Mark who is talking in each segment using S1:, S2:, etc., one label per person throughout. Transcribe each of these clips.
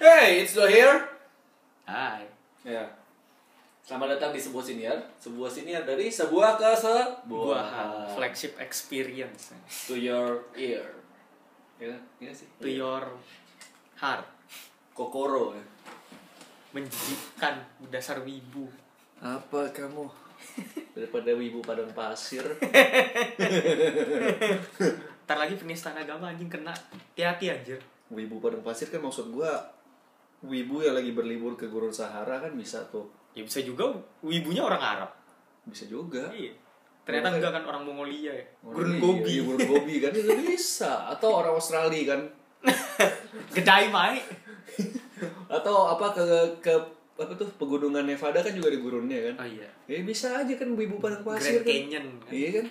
S1: Hey, it's the here.
S2: Hai.
S1: Ya. Selamat datang di sebuah siniar, sebuah siniar dari sebuah ke sebuah
S2: Buah flagship experience
S1: to your ear. Ya, iya sih.
S2: to your heart.
S1: Kokoro. ya.
S2: Menjijikkan dasar wibu.
S1: Apa kamu? Daripada wibu padang pasir.
S2: Ntar lagi penistaan agama anjing kena. Hati-hati anjir.
S3: Wibu Padang Pasir kan maksud gua Wibu yang lagi berlibur ke Gurun Sahara kan bisa tuh
S2: Ya bisa juga wibunya orang Arab.
S3: Bisa juga
S2: Iya. Ternyata
S3: Boleh.
S2: enggak kan orang Mongolia ya.
S3: Orang
S2: Gurun
S3: iya,
S2: Gobi.
S3: iya, Gurun Gobi kan itu bisa Atau orang Australia kan
S2: Gedai mai.
S3: Atau apa ke, ke apa tuh pegunungan Nevada kan juga di gurunnya kan
S2: Oh iya.
S3: Ya bisa aja kan Wibu Padang Pasir
S2: Grand
S3: kan.
S2: Canyon. kan.
S3: Iya kan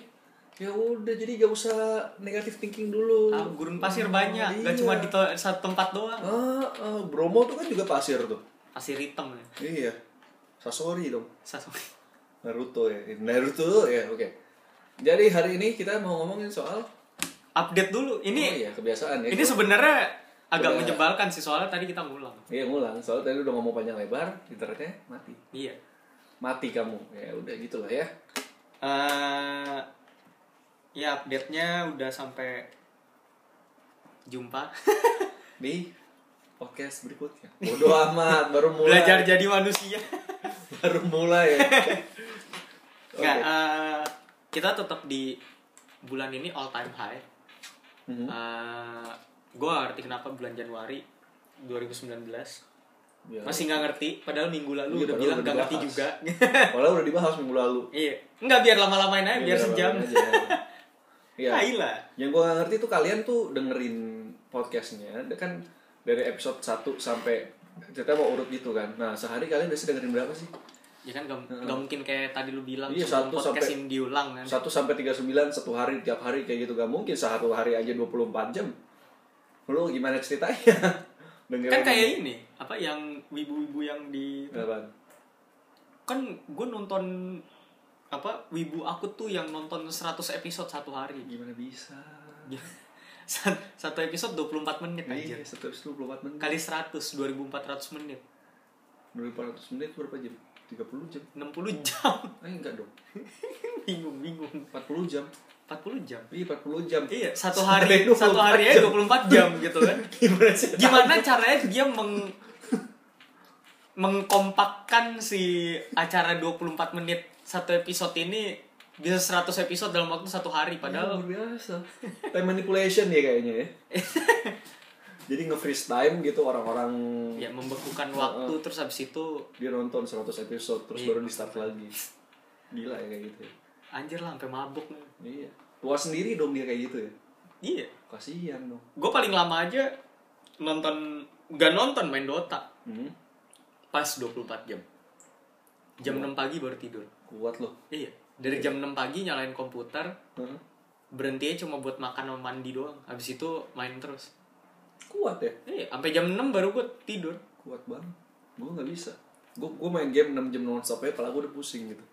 S3: Ya udah jadi gak usah negatif thinking dulu Iya.
S2: Ah, gurun pasir banyak, enggak cuma di to- satu tempat doang.
S3: ah, ah, Bromo tuh kan juga pasir tuh
S2: Pasir hitam ya.
S3: Iya Sasori dong
S2: Sasori.
S3: Naruto ya. Naruto ya, oke. Jadi hari ini kita mau ngomongin soal
S2: Update dulu. Ini
S3: oh, iya, kebiasaan ya.
S2: Ini sebenarnya agak
S3: Udah.
S2: menjebalkan sih soalnya tadi kita ngulang.
S3: Iya ngulang, soalnya tadi udah ngomong panjang lebar, internetnya mati.
S2: Iya.
S3: Mati kamu. Ya udah gitulah ya.
S2: eh ya update-nya udah sampai jumpa.
S3: Di podcast berikutnya. Bodoh amat, baru mulai.
S2: Belajar jadi manusia.
S3: Baru mulai ya. Oke.
S2: Nggak, eh, kita tetap di bulan ini all time high.
S3: Mhm.
S2: gue ngerti kenapa bulan Januari 2019
S3: Ya.
S2: masih nggak ngerti padahal minggu lalu
S3: Iya,
S2: udah
S3: padahal
S2: bilang
S3: udah
S2: nggak ngerti
S3: dibahas.
S2: juga
S3: Walau udah dibahas minggu lalu.
S2: iya nggak biar lama-lamain aja Eh, biar
S3: Ya,
S2: sejam Ah,
S3: aja. Iya.
S2: Tai lah
S3: Yang gue gak ngerti tuh kalian tuh dengerin podcastnya, dia kan dari episode 1 sampai cerita mau urut gitu kan. Nah sehari kalian biasa dengerin berapa sih?
S2: Ya kan gak, gak mungkin kayak tadi lu bilang
S3: Iya,
S2: sebelum
S3: satu
S2: podcast
S3: sampai-
S2: ini diulang kan.
S3: 1 sampai 39 satu hari tiap hari kayak gitu gak mungkin sehari hari aja 24 jam. Lu gimana ceritanya? dengerin
S2: Kan kayak ini, apa yang wibu-wibu yang di
S3: Apaan?
S2: kan gue nonton apa wibu aku tuh yang nonton 100 episode satu hari.
S3: Gimana bisa?
S2: Sat- satu episode 24 menit
S3: Iya,
S2: anjir.
S3: satu episode 24 menit.
S2: Kali 100 2400 menit.
S3: 2400 menit berapa jam? 30 jam?
S2: 60 jam.
S3: Eh enggak dong.
S2: bingung, bingung.
S3: 40 jam.
S2: 40 jam.
S3: Iya 40 jam.
S2: Iya, satu
S3: Sampai
S2: hari satu
S3: 24
S2: hari aja 24 jam gitu kan.
S3: Gimana sih?
S2: Gimana caranya dia meng mengkompakkan si acara 24 menit satu episode ini bisa 100 episode dalam waktu satu hari
S3: Padahal
S2: padahal
S3: biasa. Time manipulation ya kayaknya ya. Jadi nge-freeze time gitu orang-orang
S2: ya membekukan waktu terus habis itu
S3: dia nonton 100 episode terus
S2: Iya.
S3: baru di-start lagi. Gila ya kayak gitu ya.
S2: anjir lah sampai mabuk nih.
S3: Iya. Tua sendiri dong dia kayak gitu ya.
S2: Iya,
S3: Kasihan dong.
S2: gue paling lama aja nonton gak nonton main Dota
S3: Hmm.
S2: pas 24 jam. Jam 6 pagi baru tidur.
S3: Kuat loh.
S2: Iya, dari jam 6 pagi nyalain komputer,
S3: Heeh.
S2: berhentinya cuma buat makan sama mandi doang. Habis itu main terus.
S3: Kuat ya.
S2: Iya, sampai jam 6 baru gue tidur.
S3: Kuat banget. Gue nggak bisa. Gue gue main game 6 jam nonstop ya, kepala gue udah pusing gitu.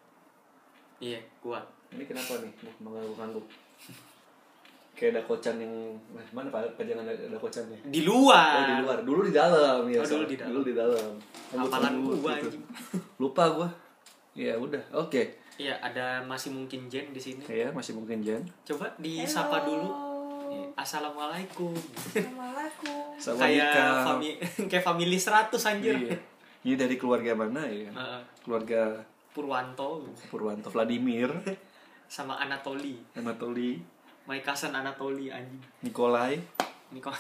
S2: Iya, kuat.
S3: Ini kenapa nih? Gue mengganggu ngangguk. Kayak ada kocan yang Nah, mana pak? Pajangan ada, ada kocannya.
S2: Di luar.
S3: Oh, di luar. Dulu di dalam ya.
S2: Ah. Oh, dulu
S3: Sal.
S2: di dalam.
S3: Dulu di dalam.
S2: Hafalan
S3: Rambut
S2: gua,
S3: gitu.
S2: anjing.
S3: Lupa gua. Ya udah, oke.
S2: Iya, ada masih mungkin Jen di sini.
S3: Ya, masih mungkin Jan.
S2: Coba disapa dulu. Iya, Assalamualaikum.
S4: Assalamualaikum.
S3: Sama
S2: kayak
S3: Dika.
S2: fami kayak family 100 anjir.
S3: Iya. Ini dari keluarga mana ya?
S2: Heeh.
S3: Keluarga
S2: Purwanto
S3: Purwanto Vladimir,
S2: sama Anatoli.
S3: Anatoli,
S2: My cousin Anatoli anjing.
S3: Nikolai.
S2: Ini kok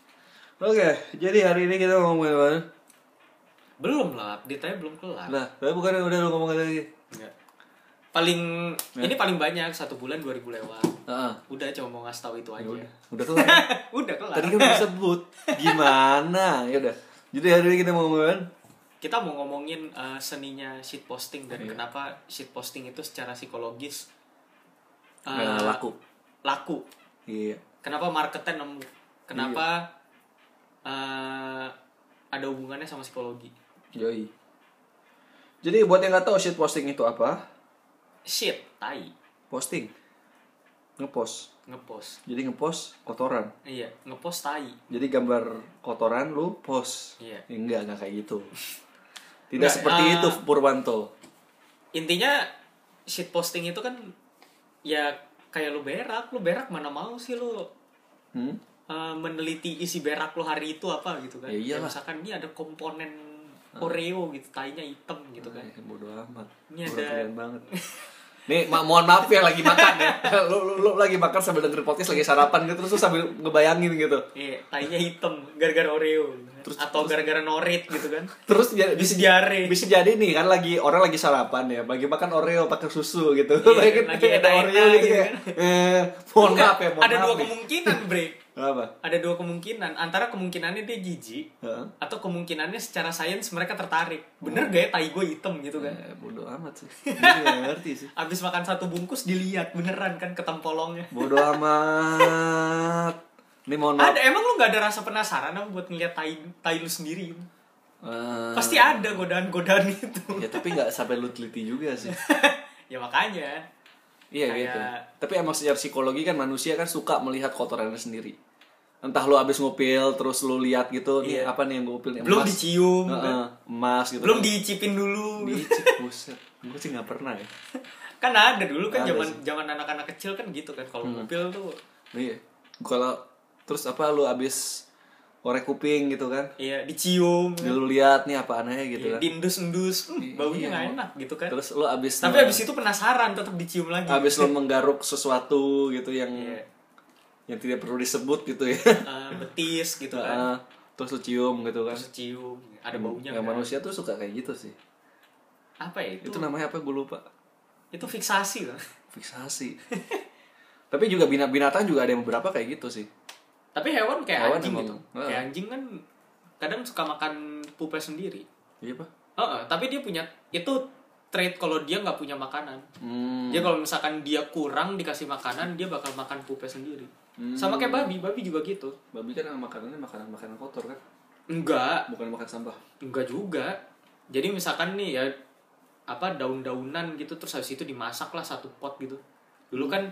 S3: Oke, jadi hari ini kita ngomongin apa?
S2: belum lah, update-nya belum kelar.
S3: Nah, tapi bukan udah lu ngomongin lagi.
S2: Enggak. Paling ini paling banyak satu bulan 2000 lewat.
S3: Heeh.
S2: Udah cuma mau ngasih tahu itu Ah,
S3: Ya
S2: aja.
S3: Udah, udah kelar.
S2: Udah kelar.
S3: Tadi kan udah sebut. Gimana? Ya udah. Jadi hari ini kita mau ngomongin
S2: kita mau ngomongin uh, seninya sheet posting dan kenapa sheet posting itu secara psikologis uh,
S3: Eh, laku.
S2: laku
S3: Iya.
S2: kenapa marketnya nemu kenapa uh, ada hubungannya sama psikologi
S3: Yoi. Jadi buat yang nggak tahu shit posting itu apa?
S2: shit tai
S3: Posting. ngepost
S2: ngepost
S3: jadi ngepost kotoran
S2: iya ngepost tai
S3: jadi gambar kotoran lu post
S2: Iya.
S3: Ya, enggak enggak kayak gitu tidak
S2: Enggak,
S3: seperti
S2: eh,
S3: itu Purwanto
S2: intinya shit posting itu kan ya kayak lu berak lu berak mana mau sih lu
S3: hmm?
S2: eh, meneliti isi berak lu hari itu apa gitu kan
S3: Ya iyalah. Ah.
S2: misalkan dia ada komponen Oreo gitu tainya hitam gitu kan Iya,
S3: Eh, bodo amat
S2: Ini
S3: Orang
S2: ada-
S3: keren banget nih ma- mohon maaf ya lagi makan ya lu, lu, lu lagi makan sambil dengerin podcast lagi sarapan gitu terus lu sambil ngebayangin gitu
S2: Iya, tainya hitam gara-gara Oreo gitu kan.
S3: Terus-
S2: atau gara-gara norit gitu kan
S3: terus dia-
S2: Habis
S3: bisa
S2: diare.
S3: bisa jadi nih kan lagi orang lagi sarapan ya bagi makan oreo pakai susu gitu
S2: Iya,
S3: Bayangin
S2: lagi
S3: ada
S2: enak-enak
S3: oreo gitu
S2: gitu
S3: kayak,
S2: kan.
S3: eh, mohon
S2: Enggak,
S3: maaf ya mohon
S2: ada
S3: maaf
S2: dua
S3: nih.
S2: kemungkinan bre
S3: apa
S2: ada dua kemungkinan antara kemungkinannya dia jijik
S3: Heeh.
S2: atau kemungkinannya secara sains mereka tertarik
S3: Oh.
S2: bener gak ya tai gue hitam gitu kan
S3: Eh, bodo amat sih Gua juga nggak Iya, ngerti sih
S2: abis makan satu bungkus dilihat beneran kan ketempolongnya
S3: bodo amat ini mohon maaf
S2: ada emang lu nggak ada rasa penasaran apa buat ngeliat tai tai lu sendiri
S3: Eh,
S2: pasti ada godaan-godaan itu
S3: ya tapi nggak sampai lu teliti juga sih
S2: ya makanya
S3: Iya
S2: Kayak-
S3: gitu. Tapi emang secara psikologi kan manusia kan suka melihat kotorannya sendiri. Entah lu abis ngupil terus lu lihat gitu nih
S2: Iya.
S3: apa nih yang gue upil nih,
S2: belum
S3: emas.
S2: dicium
S3: Heeh,
S2: kan.
S3: emas gitu.
S2: belum diicipin dulu
S3: dicip buset. Gue sih nggak pernah ya.
S2: kan ada dulu kan
S3: Ada
S2: zaman
S3: sih. Hmm.
S2: zaman anak-anak kecil kan gitu kan kalau mobil tuh
S3: Iya. Kalau terus apa lu abis orek kuping gitu kan.
S2: iya dicium
S3: Jadi Lu lihat nih apa anehnya gitu
S2: Iya,
S3: kan.
S2: diendus-endus hmm,
S3: Iya,
S2: baunya
S3: iya.
S2: nggak enak gitu kan
S3: Terus lu abis
S2: tapi abis itu penasaran tetap dicium lagi
S3: abis lu menggaruk sesuatu gitu yang
S2: Iya.
S3: yang tidak perlu disebut gitu ya.
S2: Eh, betis gitu kan
S3: Heeh. terus lu cium gitu kan.
S2: terus cium ada baunya
S3: Ya,
S2: kan.
S3: manusia tuh suka kayak gitu sih.
S2: apa ya itu
S3: Itu namanya apa gue lupa.
S2: itu fiksasi lah
S3: Fiksasi. Tapi juga bina- binatang juga ada yang beberapa kayak gitu sih.
S2: tapi hewan kayak
S3: Hewan
S2: anjing
S3: emang.
S2: gitu
S3: Heeh.
S2: kayak anjing kan kadang suka makan pupnya sendiri
S3: Iya pak.
S2: Heeh, tapi dia punya itu trait kalau dia nggak punya makanan
S3: Hmm.
S2: Dia kalau misalkan dia kurang dikasih makanan, dia bakal makan pupnya sendiri. Sama
S3: Hmm.
S2: kayak babi, babi juga gitu.
S3: Babi kan makanannya makanan makanan kotor kan,
S2: Enggak,
S3: bukan makan sampah.
S2: enggak juga. Jadi misalkan nih ya apa daun-daunan gitu terus habis itu dimasak lah satu pot gitu.
S3: Hmm.
S2: Dulu kan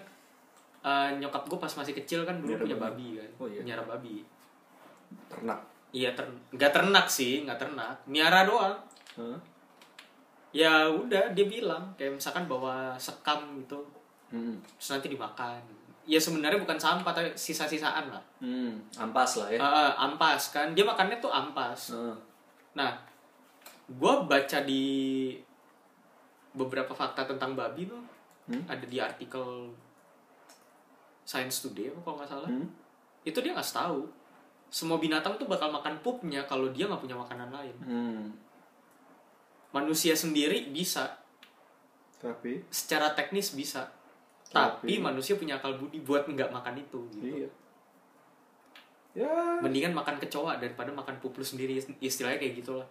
S2: eh, nyokap gue pas masih kecil kan dulu
S3: Nyara
S2: punya
S3: babi.
S2: babi kan,
S3: Oh, iya.
S2: nyara babi.
S3: Ternak.
S2: Iya, ter nggak ternak sih, nggak ternak, miara doang.
S3: Hah?
S2: Ya udah, dia bilang kayak misalkan bawa sekam gitu,
S3: Hmm.
S2: terus nanti dimakan. Ya sebenarnya bukan sampah, tapi sisa-sisaan lah.
S3: Hmm. Ampas lah ya.
S2: Ah, ah, ampas kan dia makannya tuh ampas
S3: Heeh.
S2: nah gua baca di beberapa fakta tentang babi tuh
S3: Hmm?
S2: ada di artikel Science Today apa kalau nggak salah
S3: Hmm.
S2: itu dia nggak tahu semua binatang tuh bakal makan pupnya kalau dia nggak punya makanan lain
S3: Hmm.
S2: manusia sendiri bisa
S3: Tapi.
S2: secara teknis bisa
S3: Tapi-
S2: tapi, manusia punya akal budi buat nggak makan itu gitu
S3: Iya. Ya.
S2: mendingan makan kecoa daripada makan pup lu sendiri istilahnya kayak gitulah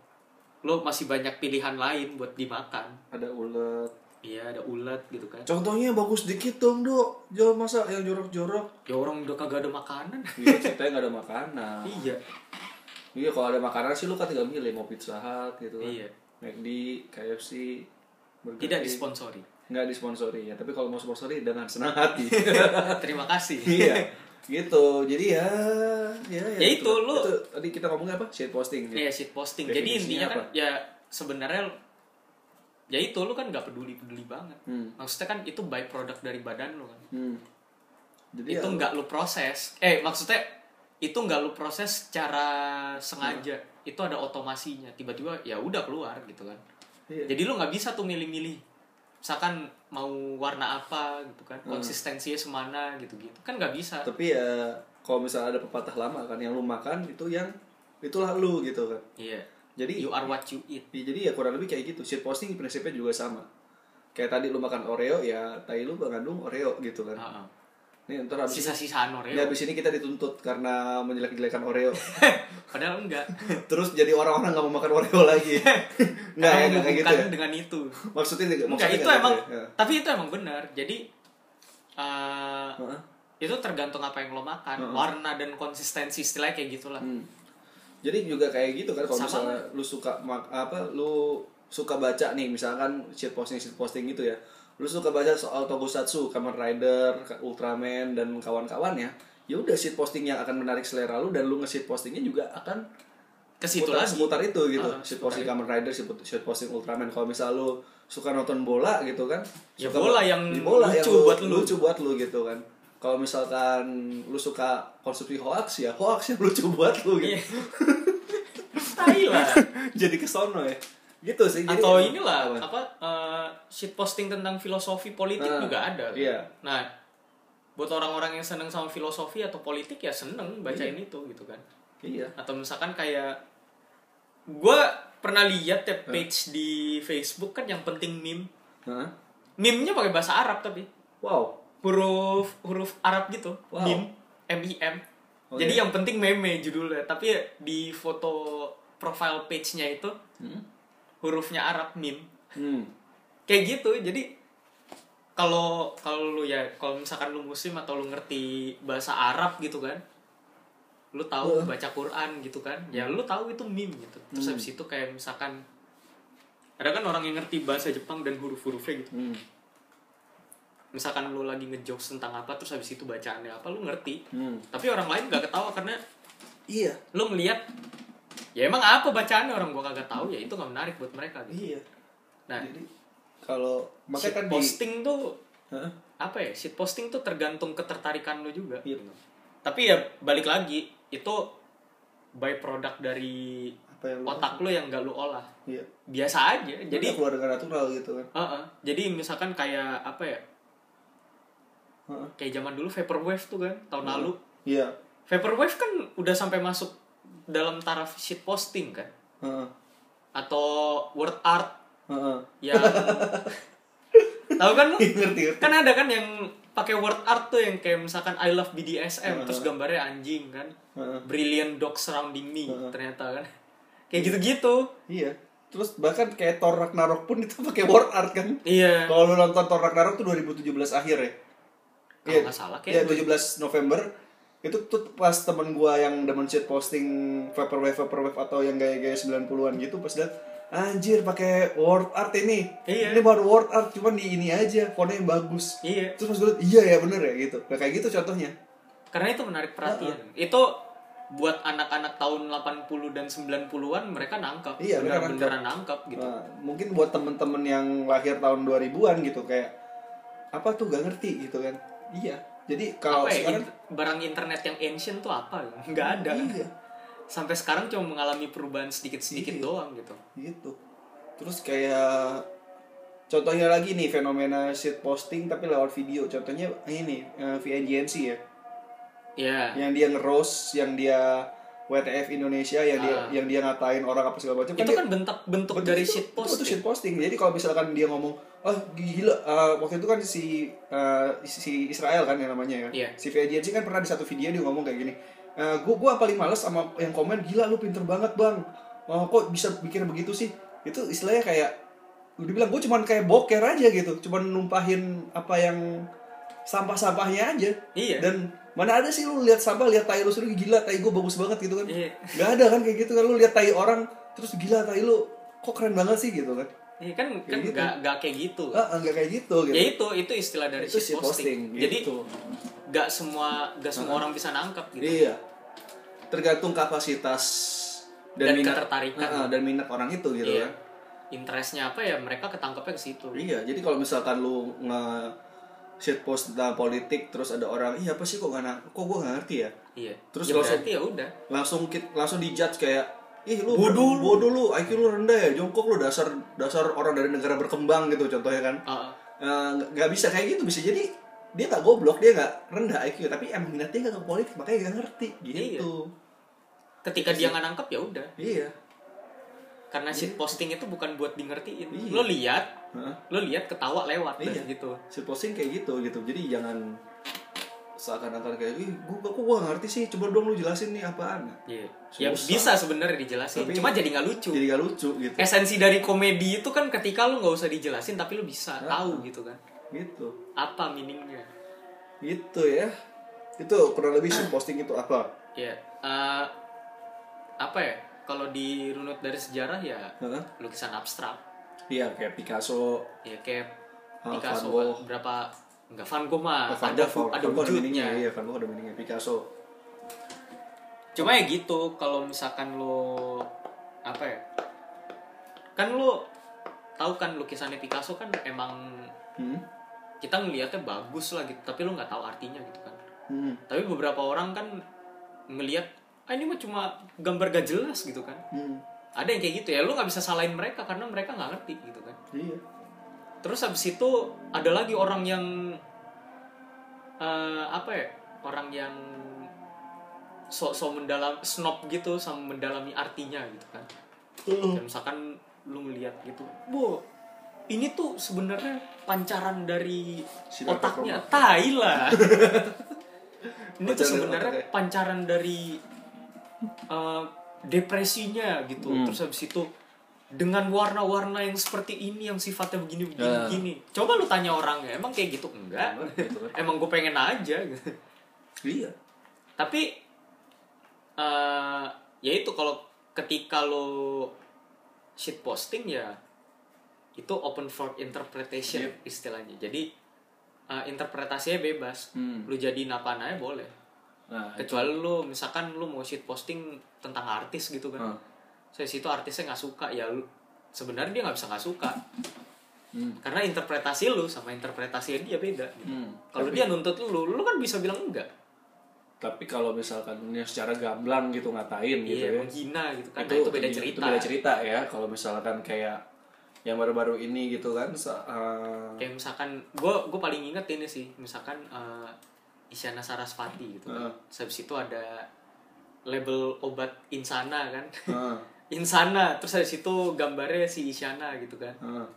S2: lo masih banyak pilihan lain buat dimakan
S3: Ada ulet.
S2: iya ada ulat gitu kan
S3: Contohnya bagus dikit dong dok. Jangan masak yang jorok-jorok.
S2: ya orang udah kagak ada makanan
S3: Iya, ceritanya nggak ada makanan.
S2: iya
S3: Iya, kalau ada makanan sih lu kan tinggal milih mau pizza hut gitu kan.
S2: iya
S3: McD, KFC, Burger
S2: tidak
S3: King.
S2: disponsori
S3: nggak disponsori ya tapi kalau mau sponsori dengan senang hati
S2: terima kasih
S3: iya gitu jadi ya ya,
S2: Ya itu,
S3: gitu.
S2: lu-
S3: Itu tadi kita ngomongnya apa shade posting ya?
S2: ya shit posting jadi
S3: Definisinya
S2: intinya kan
S3: apa?
S2: ya sebenarnya lo- ya itu lu kan nggak peduli peduli banget
S3: Hmm.
S2: maksudnya kan itu by product dari badan lu kan
S3: Hmm. jadi
S2: itu
S3: ya,
S2: nggak lu proses eh maksudnya itu nggak lu proses secara sengaja itu ada otomasinya tiba-tiba ya udah keluar gitu kan
S3: iya.
S2: jadi lu nggak bisa tuh milih-milih misalkan mau warna apa gitu kan
S3: Hmm.
S2: konsistensinya semana gitu gitu kan nggak bisa
S3: tapi ya kalau misalnya ada pepatah lama kan yang lu makan itu yang itulah lu gitu kan
S2: iya
S3: jadi
S2: you are what you eat
S3: Ya, jadi ya kurang lebih kayak gitu. Shit posting prinsipnya juga sama. Kayak tadi lu makan Oreo ya tai lu mengandung Oreo gitu kan.
S2: Heeh. ya.
S3: Nih ntar abis,
S2: sisa-sisaan
S3: ini,
S2: Ah. Oreo
S3: abis ini kita dituntut karena menjelek-jelekan Oreo.
S2: padahal enggak
S3: Terus jadi orang-orang nggak mau makan Oreo lagi. Nggak ya,
S2: Karena
S3: nggak kayak gitu
S2: menghubungkan
S3: ya.
S2: dengan itu
S3: Maksudnya nggak-
S2: enggak
S3: maksudnya
S2: itu
S3: nggak
S2: emang
S3: gitu ya.
S2: tapi itu emang benar jadi eh,
S3: Heeh.
S2: itu tergantung apa yang lo makan warna dan konsistensi istilahnya kayak gitulah
S3: Hmm. Jadi juga kayak gitu kan kalau
S2: Sama
S3: misalnya lu suka mak- apa lu suka baca nih misalkan shit posting shit posting gitu ya. lu suka baca soal Tokusatsu, Kamen Rider, Ultraman dan kawan-kawannya, ya udah shit posting yang akan menarik selera lu dan lu nge-shit postingnya juga akan
S2: ke situ
S3: putar,
S2: lagi
S3: seputar itu gitu.
S2: Ah,
S3: shit
S2: seputar
S3: posting Kamen Rider, shit shit posting Ultraman. Kalau misal lu suka nonton bola gitu kan,
S2: Ya,
S3: suka
S2: bola
S3: ba-
S2: yang
S3: di bola
S2: lucu
S3: yang
S2: buat lu.
S3: lucu buat lu gitu kan. Kalau misalkan lu suka konsumsi hoax ya hoax yang lucu buat lu gitu.
S2: Iya. Tai
S3: Iya,
S2: lah
S3: jadi kesono ya gitu sih jadi-
S2: Iya. atau inilah
S3: Apa?
S2: apa eh, shit posting tentang filosofi politik
S3: Ah,
S2: juga ada kan?
S3: iya.
S2: nah buat orang-orang yang seneng sama filosofi atau politik ya seneng bacain itu gitu kan
S3: iya
S2: atau misalkan kayak gue pernah lihat ya page di Facebook kan yang penting meme
S3: Hah?
S2: meme-nya pakai bahasa Arab tapi
S3: wow
S2: huruf huruf Arab gitu
S3: Wow.
S2: meme m i m
S3: Oh,
S2: jadi
S3: iya.
S2: yang penting meme judulnya tapi ya di foto profile page-nya itu
S3: hmm.
S2: hurufnya Arab meme
S3: Hmm.
S2: kayak gitu jadi kalau kalau lu ya kalau misalkan lu muslim atau lu ngerti bahasa Arab gitu kan lu tahu
S3: Heeh.
S2: baca Quran gitu kan ya lu tahu itu meme gitu terus
S3: Iya. Hmm.
S2: habis itu kayak misalkan ada kan orang yang ngerti bahasa Jepang dan huruf-hurufnya gitu
S3: Hmm.
S2: misalkan lu lagi ngejokes tentang apa terus habis itu bacaannya apa lu ngerti
S3: Hmm.
S2: tapi orang lain gak ketawa karena
S3: iya
S2: lu ngeliat ya emang apa bacaannya orang gua kagak tahu ya itu gak menarik buat mereka gitu
S3: iya
S2: nah
S3: jadi kalau makanya kan di
S2: posting tuh
S3: Hah?
S2: apa ya shit posting tuh tergantung ketertarikan lu juga
S3: Iya.
S2: tapi ya balik lagi itu by product dari
S3: apa yang lu-
S2: otak lu yang gak lu olah
S3: iya
S2: biasa aja
S3: jadi
S2: jadi
S3: keluar dengan natural gitu kan
S2: Heeh. jadi misalkan kayak apa ya
S3: Heeh.
S2: kayak zaman dulu vaporwave tuh kan tahun lalu
S3: iya
S2: vaporwave kan udah sampai masuk dalam taraf shit posting kan
S3: Heeh.
S2: atau word art
S3: Heeh.
S2: yang tahu kan lu
S3: ngerti ngerti
S2: kan ada kan yang pakai word art tuh yang kayak misalkan I love BDSM terus gambarnya anjing kan
S3: Heeh.
S2: brilliant dog surrounding me
S3: Heeh.
S2: ternyata kan kayak gitu-gitu
S3: iya terus bahkan kayak Thor Ragnarok pun itu pakai word art kan
S2: iya
S3: kalau lu nonton Thor Ragnarok tuh 2017 akhir ya
S2: kalau nggak salah
S3: Iya,
S2: kayak
S3: 17
S2: gitu.
S3: November itu tuh pas temen gua yang demen shit posting vaporwave vaporwave atau yang gaya-gaya 90-an gitu pas liat anjir pakai word art ini.
S2: Iya.
S3: Ini baru word art cuman di ini aja, fontnya yang bagus.
S2: iya
S3: Terus pas gua liat, iya ya bener ya gitu. Nah, kayak gitu contohnya.
S2: karena itu menarik perhatian itu buat anak-anak tahun 80 dan 90-an mereka nangkap
S3: Iya, mereka nangkap.
S2: beneran nangkap gitu
S3: Nah, mungkin buat temen-temen yang lahir tahun 2000-an gitu kayak apa tuh gak ngerti gitu kan. Iya. Jadi kalau
S2: apa ya,
S3: sekarang
S2: int- barang internet yang ancient tuh apa ya? nggak ada
S3: Iya.
S2: sampai sekarang cuma mengalami perubahan sedikit-sedikit
S3: Iya.
S2: doang gitu
S3: gitu terus kayak contohnya lagi nih fenomena shit posting tapi lewat video contohnya ini eh, VNGNC ya
S2: ya
S3: yang dia ngeros yang dia WTF Indonesia yang dia
S2: Ah.
S3: yang dia ngatain orang apa segala macam
S2: itu
S3: dia-
S2: kan bentuk bentuk
S3: Betul,
S2: dari
S3: Iya. itu-
S2: shit ya?
S3: itu- itu
S2: posting
S3: shit posting. Jadi kalau misalkan dia ngomong, "Ah, gila, eh, waktu itu kan si eh, si Israel kan yang namanya ya.
S2: Iya.
S3: Si VJC kan pernah di satu video dia ngomong kayak gini. "Eh, gua gua paling males sama yang komen gila lu pinter banget, Bang. Oh, kok bisa bikin begitu sih?" Itu istilahnya kayak udah bilang gue cuman kayak boker aja gitu, cuman numpahin apa yang sampah-sampahnya aja.
S2: Iya.
S3: Dan mana ada sih lu lihat sampah, lihat tai lu sendiri gila, tai gue bagus banget gitu kan.
S2: Iya.
S3: Gak ada kan kayak gitu kan lu lihat tai orang terus gila tai lu kok keren banget sih gitu kan.
S2: Iya kan kan
S3: gitu.
S2: nggak nggak kayak gitu.
S3: Ah, enggak kayak gitu gitu.
S2: ya itu itu istilah dari
S3: Itu
S2: shit
S3: shit
S2: posting.
S3: posting,
S2: Jadi
S3: gitu.
S2: nggak semua nggak semua orang bisa nangkap gitu.
S3: Iya. Tergantung kapasitas
S2: Dan ketertarikan.
S3: Ah, ah, dan minat orang itu gitu
S2: Iya.
S3: kan.
S2: Interestnya apa ya mereka ketangkepnya ke situ.
S3: Iya, jadi kalau misalkan lu nge shit post tentang politik terus ada orang, "Iya, apa sih kok gak na- kok gua gak ngerti ya?"
S2: Iya.
S3: Terus
S2: ya
S3: langsung-
S2: berarti ya udah.
S3: Langsung kit, langsung dijudge kayak, "Ih, lu
S2: Bodoh lu."
S3: bodoh lu, IQ lu rendah ya, jongkok lu dasar dasar orang dari negara berkembang gitu contohnya kan."
S2: Heeh.
S3: Eh, nggak nggak bisa kayak gitu bisa jadi dia nggak goblok dia nggak rendah IQ tapi emang minatnya nggak ke politik makanya nggak ngerti gitu
S2: ketika dia nggak nangkep ya udah.
S3: iya
S2: Karena shit posting itu bukan buat di ngertiin.
S3: Iya.
S2: Lo lihat,
S3: Hah?
S2: lo lihat ketawa lewat
S3: Iya.
S2: dah, gitu.
S3: si posting kayak gitu gitu jadi jangan seakan-akan kayak ih gua kok gua nggak ngerti sih coba dong lu jelasin nih apaan
S2: Iya.
S3: Susah.
S2: Ya bisa sebenarnya dijelasin.
S3: Tapi-
S2: Cuma jadi nggak lucu.
S3: jadi nggak lucu gitu
S2: Esensi dari komedi itu kan ketika lo nggak usah dijelasin tapi lo bisa tahu gitu kan.
S3: gitu
S2: Apa meaningnya?
S3: gitu ya itu kurang lebih si posting itu apa
S2: Ya, eh, apa ya? Kalau dirunut dari sejarah ya
S3: Hah?
S2: lukisan abstrak,
S3: iya kayak Picasso
S2: ya kayak
S3: Ah, Van
S2: Picasso
S3: Gogh. Oh,
S2: berapa enggak Van Gogh mah
S3: Van
S2: ada
S3: Gogh-
S2: ada
S3: Van Gogh
S2: wujudnya.
S3: meaningnya, Iya, Van Gogh ada meaningnya. Picasso.
S2: Cuma ya gitu, kalau misalkan lo apa ya? Kan lo tahu kan lukisannya Picasso kan emang
S3: Hmm?
S2: kita ngelihatnya bagus lah gitu, tapi lo nggak tahu artinya gitu kan.
S3: Hmm.
S2: Tapi beberapa orang kan ngelihat ah ini mah cuma gambar gak jelas gitu kan.
S3: Hmm.
S2: Ada yang kayak gitu ya, lo nggak bisa salahin mereka karena mereka nggak ngerti gitu kan.
S3: Iya.
S2: Terus habis itu ada lagi orang yang eh, apa ya? Orang yang sok-sok mendalam snob gitu sama mendalami artinya gitu kan. Dan misalkan lu ngeliat gitu, "Wow, ini tuh sebenarnya pancaran dari
S3: Sinar
S2: otaknya
S3: elektromagnet.
S2: tai lah." ini
S3: Pancaran dari
S2: tuh sebenarnya
S3: otaknya.
S2: pancaran dari eh, depresinya gitu.
S3: Hmm.
S2: Terus habis itu dengan warna-warna yang seperti ini yang sifatnya begini begini
S3: Ya.
S2: begini. Coba lu tanya orangnya, emang kayak gitu enggak?
S3: Emang gitu kan.
S2: emang gue pengen aja gitu
S3: Iya.
S2: tapi eh ya itu kalau ketika lo shit posting ya itu open for interpretation istilahnya jadi eh, interpretasinya bebas
S3: Hmm.
S2: lo jadiin apa aja boleh
S3: Nah,
S2: kecuali lo misalkan lo mau shit posting tentang artis gitu kan
S3: Hmm.
S2: saya situ artisnya nggak suka ya lu sebenarnya dia nggak bisa nggak suka
S3: Hmm.
S2: karena interpretasi lu sama interpretasi dia beda gitu.
S3: Hmm.
S2: kalau
S3: Tapi-
S2: dia nuntut lu lu kan bisa bilang enggak
S3: tapi kalau misalkan ini secara gamblang gitu ngatain gitu
S2: iya
S3: ya.
S2: menghina gitu kan Nah, itu, beda
S3: itu-
S2: cerita
S3: Itu beda cerita ya. Kalau misalkan kayak yang baru-baru ini gitu kan sa- eh,
S2: kayak misalkan gue gue paling inget ini sih misalkan eh, Isyana Sarasvati gitu kan
S3: Heeh.
S2: Terus habis itu ada label obat insana kan
S3: eh,
S2: insana terus habis itu gambarnya si Isyana gitu kan
S3: eh.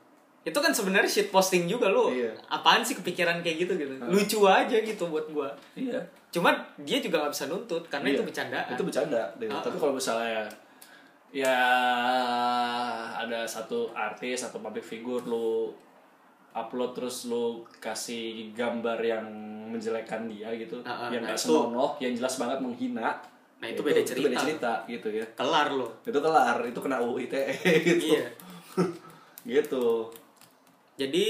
S2: itu kan sebenarnya shit posting juga lo
S3: Iya.
S2: apaan sih kepikiran kayak gitu gitu lucu aja gitu buat gue
S3: Iya.
S2: cuman dia juga nggak bisa nuntut karena
S3: Iya.
S2: itu bercandaan
S3: Itu bercanda. gitu.
S2: Ah.
S3: Tapi kalau misalnya ya ada satu artis atau public figure lu upload terus lu kasih gambar yang menjelekkan dia gitu,
S2: Ah, ah,
S3: yang
S2: nah
S3: nggak
S2: itu-
S3: senonoh, yang jelas banget menghina.
S2: Nah, itu beda
S3: Itu beda
S2: cerita.
S3: cerita gitu ya.
S2: kelar lo
S3: Itu kelar, itu kena UU ITE gitu.
S2: iya
S3: gitu.
S2: jadi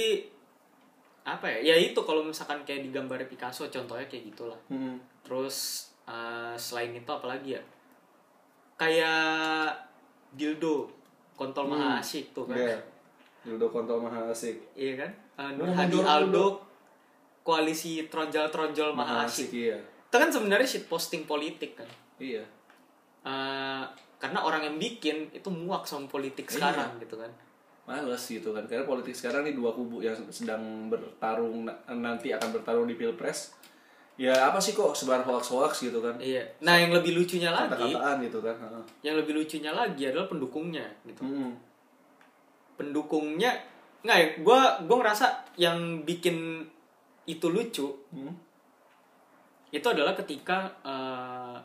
S2: apa ya ya itu kalau misalkan kayak di gambar Picasso contohnya kayak gitulah
S3: Hmm.
S2: terus eh, selain itu apalagi ya kayak dildo kontol maha asyik tuh kan
S3: Iya. Dildo kontol maha asik.
S2: iya kan Eh,
S3: Lu
S2: Nur Hadi
S3: mendorong
S2: Aldo
S3: dulu.
S2: koalisi tronjol tronjol maha asyik
S3: iya.
S2: itu kan sebenarnya shit posting politik kan
S3: Iya.
S2: Eh, karena orang yang bikin itu muak sama politik
S3: Iya.
S2: sekarang gitu kan
S3: males gitu kan karena politik sekarang nih dua kubu yang sedang bertarung na- nanti akan bertarung di pilpres ya apa sih kok sebar hoax hoax gitu kan
S2: iya nah yang lebih lucunya
S3: kata
S2: lagi
S3: kataan gitu kan Heeh. Hmm,
S2: yang lebih lucunya lagi adalah pendukungnya gitu
S3: Mm-mm.
S2: pendukungnya nggak ya gue gue ngerasa yang bikin itu lucu
S3: Hmm.
S2: itu adalah ketika eh,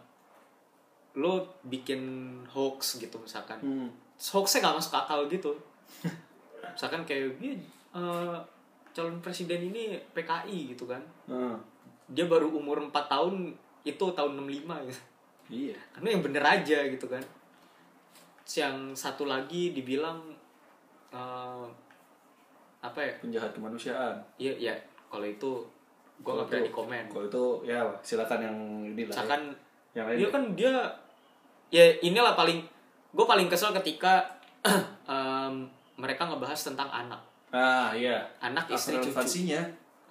S2: lo bikin hoax gitu misalkan
S3: Hmm.
S2: hoaxnya nggak masuk akal gitu misalkan kayak dia eh, calon presiden ini PKI gitu kan
S3: Heeh.
S2: dia baru umur 4 tahun itu tahun 65 gitu
S3: iya
S2: karena yang bener aja gitu kan Terus yang satu lagi dibilang eh, apa ya
S3: penjahat kemanusiaan
S2: iya iya kalau itu gue nggak berani komen
S3: kalau itu ya silakan yang ini lah ya.
S2: misalkan
S3: yang lain
S2: dia kan dia ya inilah paling gue paling kesel ketika em, mereka ngebahas tentang anak
S3: ah iya
S2: anak
S3: apa
S2: istri cucu
S3: relevansinya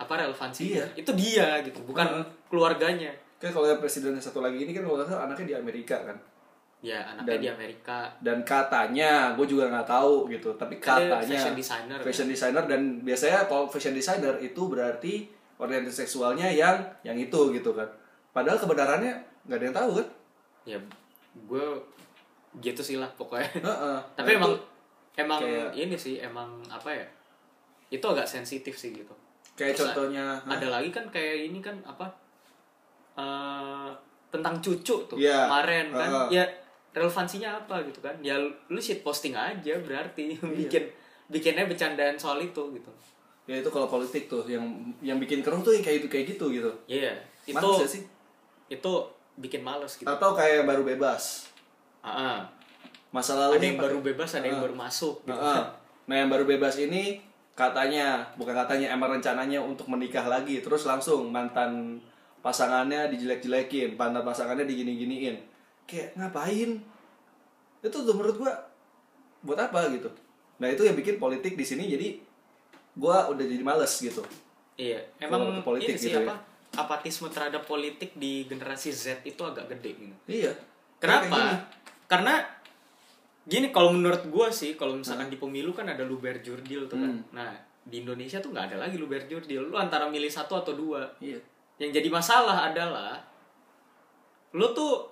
S2: apa relevansinya
S3: Iya.
S2: itu dia gitu bukan keluarganya
S3: kan kalau yang presiden yang satu lagi ini kan kalau nggak salah anaknya di Amerika kan
S2: ya anaknya
S3: Dan-
S2: di Amerika
S3: dan katanya gue juga nggak tahu gitu tapi
S2: Kan dia
S3: katanya
S2: fashion designer,
S3: fashion designer dan biasanya kalau fashion designer itu berarti orientasi seksualnya yang yang itu gitu kan padahal kebenarannya nggak ada yang tahu kan
S2: ya gue gitu sih lah pokoknya
S3: Heeh.
S2: tapi
S3: Nah,
S2: emang
S3: itu
S2: emang
S3: kayak-
S2: ini sih emang apa ya itu agak sensitif sih gitu
S3: kayak
S2: Terus
S3: contohnya hah?
S2: ada lagi kan kayak ini kan apa eh tentang cucu tuh
S3: Iya.
S2: kemarin kan
S3: Heeh.
S2: ya relevansinya apa gitu kan ya lu- lu shit posting aja berarti
S3: Iya.
S2: bikin bikinnya bercandaan soal itu gitu
S3: ya itu kalau politik tuh yang yang bikin keruh tuh yang kayak itu kayak gitu gitu
S2: iya itu
S3: Males ya sih
S2: itu bikin males gitu
S3: atau kayak yang baru bebas
S2: Heeh.
S3: masa
S2: ada
S3: lalu nih
S2: yang
S3: Pak-
S2: baru bebas ada yang baru masuk gitu
S3: Heeh. nah yang baru bebas ini katanya bukan katanya emang rencananya untuk menikah lagi terus langsung mantan pasangannya dijelek-jelekin mantan pasangannya digini-giniin kayak ngapain itu tuh menurut gua buat apa gitu nah itu yang bikin politik di sini jadi gua udah jadi males gitu
S2: Iya,
S3: Kalau
S2: emang
S3: ke politik
S2: ini sih
S3: gitu ya.
S2: apa apatisme terhadap politik di generasi Z itu agak gede gitu.
S3: iya Kayak
S2: Kenapa? Karena gini kalau menurut gua sih kalau misalkan di pemilu kan ada luber jurdil tuh kan. Nah, di Indonesia tuh nggak ada lagi luber jurdil. Lu antara milih satu atau dua.
S3: gini. iya
S2: Yang jadi masalah adalah lu tuh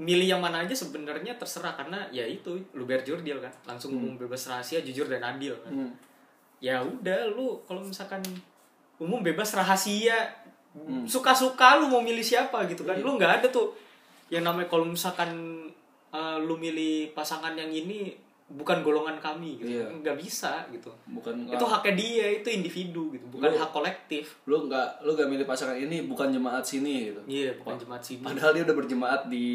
S2: milih yang mana aja sebenarnya terserah karena ya itu luber jurdil kan. Langsung umum bebas rahasia, jujur dan adil kan
S3: Hmm.
S2: ya udah lu kalau misalkan umum bebas rahasia
S3: Hmm.
S2: suka-suka lu mau milih siapa gitu
S3: Iya.
S2: kan lu nggak ada tuh yang namanya kalau misalkan eh, lu milih pasangan yang ini bukan golongan kami gitu
S3: Iya.
S2: nggak bisa gitu
S3: bukan
S2: itu haknya dia itu individu gitu bukan
S3: Lu-
S2: hak kolektif
S3: lu nggak lu nggak milih pasangan ini bukan jemaat sini gitu
S2: iya bukan jemaat sini
S3: padahal dia udah berjemaat di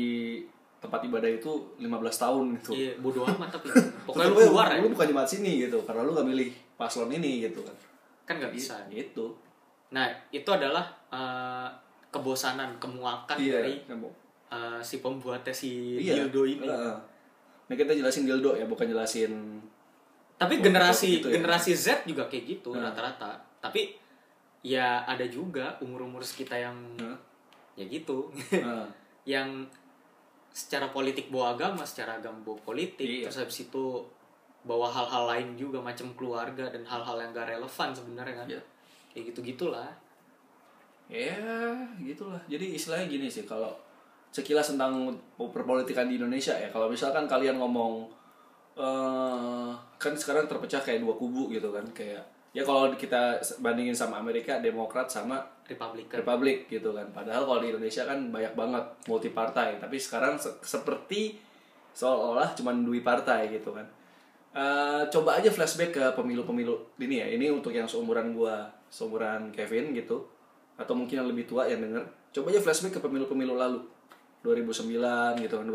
S3: tempat ibadah itu 15 tahun gitu
S2: iya bodoh amat tapi
S3: Tetep
S2: pokoknya lu
S3: aja,
S2: keluar ya
S3: lu bukan jemaat sini gitu karena lu nggak milih paslon ini gitu kan
S2: kan nggak bisa
S3: gitu
S2: nah itu adalah eh, kebosanan kemuakan
S3: iya
S2: dari
S3: kan, Bu?
S2: eh, si pembuatnya si
S3: iya
S2: dildo ini
S3: Heeh. nah kita jelasin dildo ya bukan jelasin
S2: Tapi
S3: Buat
S2: generasi
S3: gitu ya. Nah.
S2: generasi Z juga kayak gitu rata-rata. Tapi ya ada juga umur-umur kita yang
S3: Hah?
S2: ya gitu.
S3: Heeh.
S2: yang secara politik bawa agama, secara agama bawa politik,
S3: Iya.
S2: terus habis itu bawa hal-hal lain juga macam keluarga dan hal-hal yang gak relevan sebenarnya kan.
S3: Iya.
S2: Kayak gitu-gitulah.
S3: ya gitulah jadi istilahnya gini sih kalau sekilas tentang perpolitikan di Indonesia ya kalau misalkan kalian ngomong eh kan sekarang terpecah kayak dua kubu gitu kan kayak ya kalau kita bandingin sama Amerika Demokrat sama
S2: Republikan.
S3: Republik gitu kan padahal kalau di Indonesia kan banyak banget multi partai tapi sekarang se- seperti seolah-olah cuman dui partai gitu kan Eh, coba aja flashback ke pemilu-pemilu ini ya ini untuk yang seumuran gua seumuran Kevin gitu atau mungkin yang lebih tua yang denger coba aja flashback ke pemilu-pemilu lalu 2009 gitu kan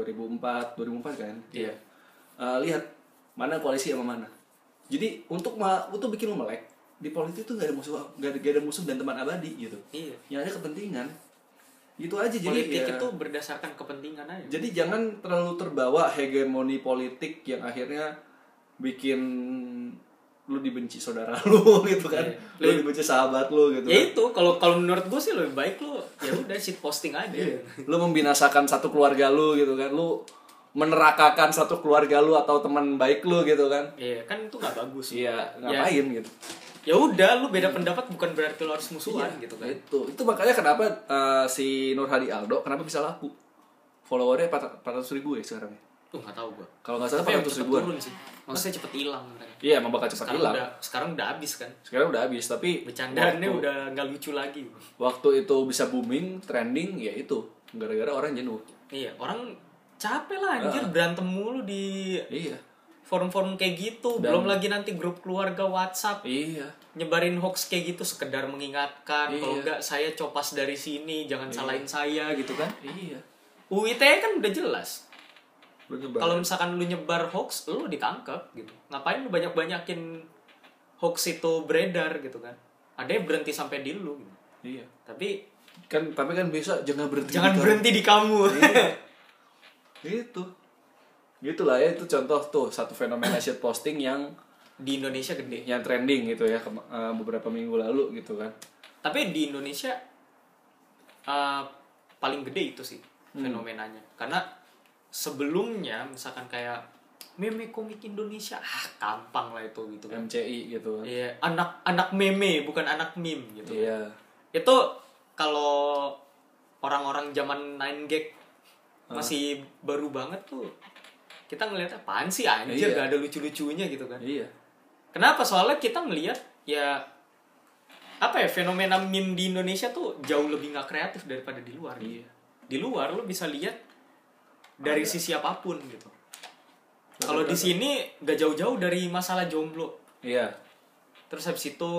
S3: 2004 2004 kan
S2: Iya.
S3: Eh, lihat mana koalisi sama mana jadi untuk ma untuk bikin lo melek di politik tuh gak ada musuh gak ada, gak ada musuh dan teman abadi gitu
S2: Iya.
S3: yang ada kepentingan gitu aja jadi
S2: politik
S3: ya,
S2: itu berdasarkan kepentingan aja.
S3: jadi jangan terlalu terbawa hegemoni politik yang akhirnya bikin lu dibenci saudara lu gitu kan lu
S2: Iya.
S3: dibenci sahabat lu gitu
S2: ya
S3: kan.
S2: itu kalau kalau menurut gue sih lebih baik lo ya udah shit posting aja.
S3: lu membinasakan satu keluarga lu gitu kan lu menerakakan satu keluarga lu atau teman baik lu gitu kan
S2: Iya, kan itu nggak bagus.
S3: iya
S2: Ya,
S3: ngapain gitu
S2: ya udah lu beda pendapat bukan berarti lu harus musuhan gitu kan
S3: itu itu makanya kenapa eh, si Nur Hadi Aldo kenapa bisa laku followernya empat ratus ribu ya sekarang ya
S2: tuh nggak tahu gua
S3: kalau nggak salah empat
S2: Tapi emang
S3: ratus
S2: cepet
S3: ribuan
S2: turun sih maksudnya cepet hilang katanya.
S3: Iya emang bakal cepat
S2: sekarang
S3: hilang.
S2: udah sekarang udah habis kan
S3: Sekarang udah habis tapi
S2: bercandaannya
S3: waktu,
S2: udah nggak lucu lagi
S3: waktu itu bisa booming, trending ya itu gara-gara orang jenuh.
S2: iya orang capek lah anjir berantem mulu di
S3: Iya.
S2: forum-forum kayak gitu
S3: Dan-
S2: belum lagi nanti grup keluarga WhatsApp
S3: Iya.
S2: nyebarin hoax kayak gitu sekedar mengingatkan
S3: Iya.
S2: kalau nggak saya copas dari sini jangan salahin saya gitu kan
S3: Iya.
S2: UITE kan udah jelas
S3: Bener
S2: Kalau misalkan lu nyebar hoax, lu ditangkap gitu. Ngapain lu banyak-banyakin hoax itu beredar gitu kan? Ada yang berhenti sampai di lu. Gitu.
S3: Iya.
S2: Tapi
S3: Kan tapi kan bisa jangan berhenti. di
S2: jangan berhenti di kamu.
S3: kamu. Gitu. Gitulah ya itu contoh tuh satu fenomena shit posting yang
S2: di Indonesia gede.
S3: yang trending gitu ya kema- eh, beberapa minggu lalu gitu kan.
S2: Tapi di Indonesia eh, paling gede itu sih fenomenanya. Karena sebelumnya misalkan kayak meme komik Indonesia, ah gampang lah itu gitu kan.
S3: MCI gitu kan.
S2: Iya, anak anak meme bukan anak meme gitu.
S3: Iya.
S2: itu kalau orang-orang zaman 9 gag masih baru banget tuh kita ngelihat apaan sih anjir
S3: Iya.
S2: gak ada lucu-lucunya gitu kan
S3: Iya.
S2: kenapa soalnya kita ngelihat ya apa ya fenomena meme di Indonesia tuh jauh lebih nggak kreatif daripada di luar gitu.
S3: Iya.
S2: di luar lo bisa lihat dari sisi apapun gitu kalau di sini gak jauh-jauh dari masalah jomblo
S3: Iya.
S2: terus habis itu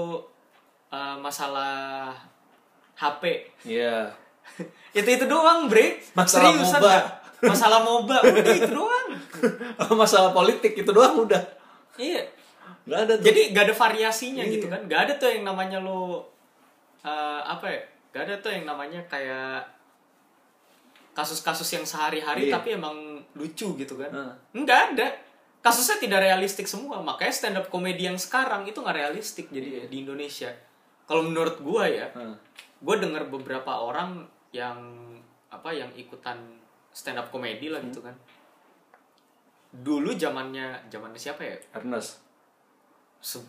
S2: eh, masalah HP
S3: Iya.
S2: itu itu doang bre
S3: Masalah MOBA.
S2: Kak. masalah moba udah itu doang
S3: Masalah politik itu doang udah.
S2: iya
S3: Gak ada tuh.
S2: Jadi gak ada variasinya
S5: Iya.
S2: gitu kan. Gak ada tuh yang namanya lo eh, apa ya? Gak ada tuh yang namanya kayak kasus-kasus yang sehari-hari
S5: Iya.
S2: tapi emang lucu gitu kan.
S3: Heeh.
S2: Enggak ada. Kasusnya tidak realistik semua. Makanya stand up komedi yang sekarang itu nggak realistik jadi
S3: Iya.
S2: di Indonesia. Kalau menurut gua ya,
S3: Heeh.
S2: gue denger beberapa orang yang apa yang ikutan stand up komedi lah gitu
S3: Hmm.
S2: kan dulu zamannya zamannya siapa ya
S3: Ernest.
S2: Se-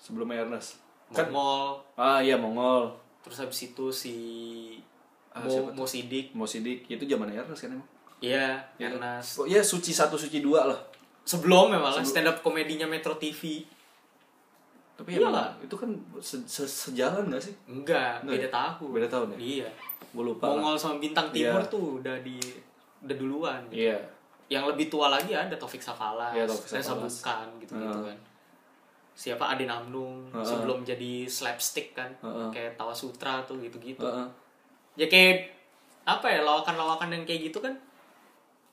S3: Sebelumnya Ernest. Kan
S2: Mongol
S3: ah iya Mongol.
S2: terus habis itu si
S3: Ah,
S2: Mo,
S3: siapa
S2: Mo Sidik
S3: Mau sidik itu zaman Ernest kan emang.
S2: ya
S3: Iya.
S2: karena
S3: Oh iya suci satu suci dua lah.
S2: sebelum ya malah stand up komedinya Metro TV
S3: Tapi
S2: Iya
S3: emang
S2: lah.
S3: itu kan se- se- sejalan gak sih?
S2: enggak
S3: Enggak
S2: beda
S3: ya?
S2: tahun
S3: Beda tahun ya?
S2: iya
S3: Gue lupa. lah.
S2: Mongol sama bintang timur
S3: Iya.
S2: tuh udah di udah duluan gitu.
S3: Iya.
S2: yang lebih tua lagi ada Taufik Safalas,
S3: Iya, Taufik
S2: dan
S3: Safalas.
S2: Sabukan gitu-gitu
S3: Heeh.
S2: kan. Siapa Ade Namnung
S3: Heeh.
S2: sebelum jadi slapstick kan,
S3: Heeh.
S2: kayak Tawa Sutra tuh gitu-gitu.
S3: Heeh.
S2: Ya kayak apa ya lawakan-lawakan yang kayak gitu kan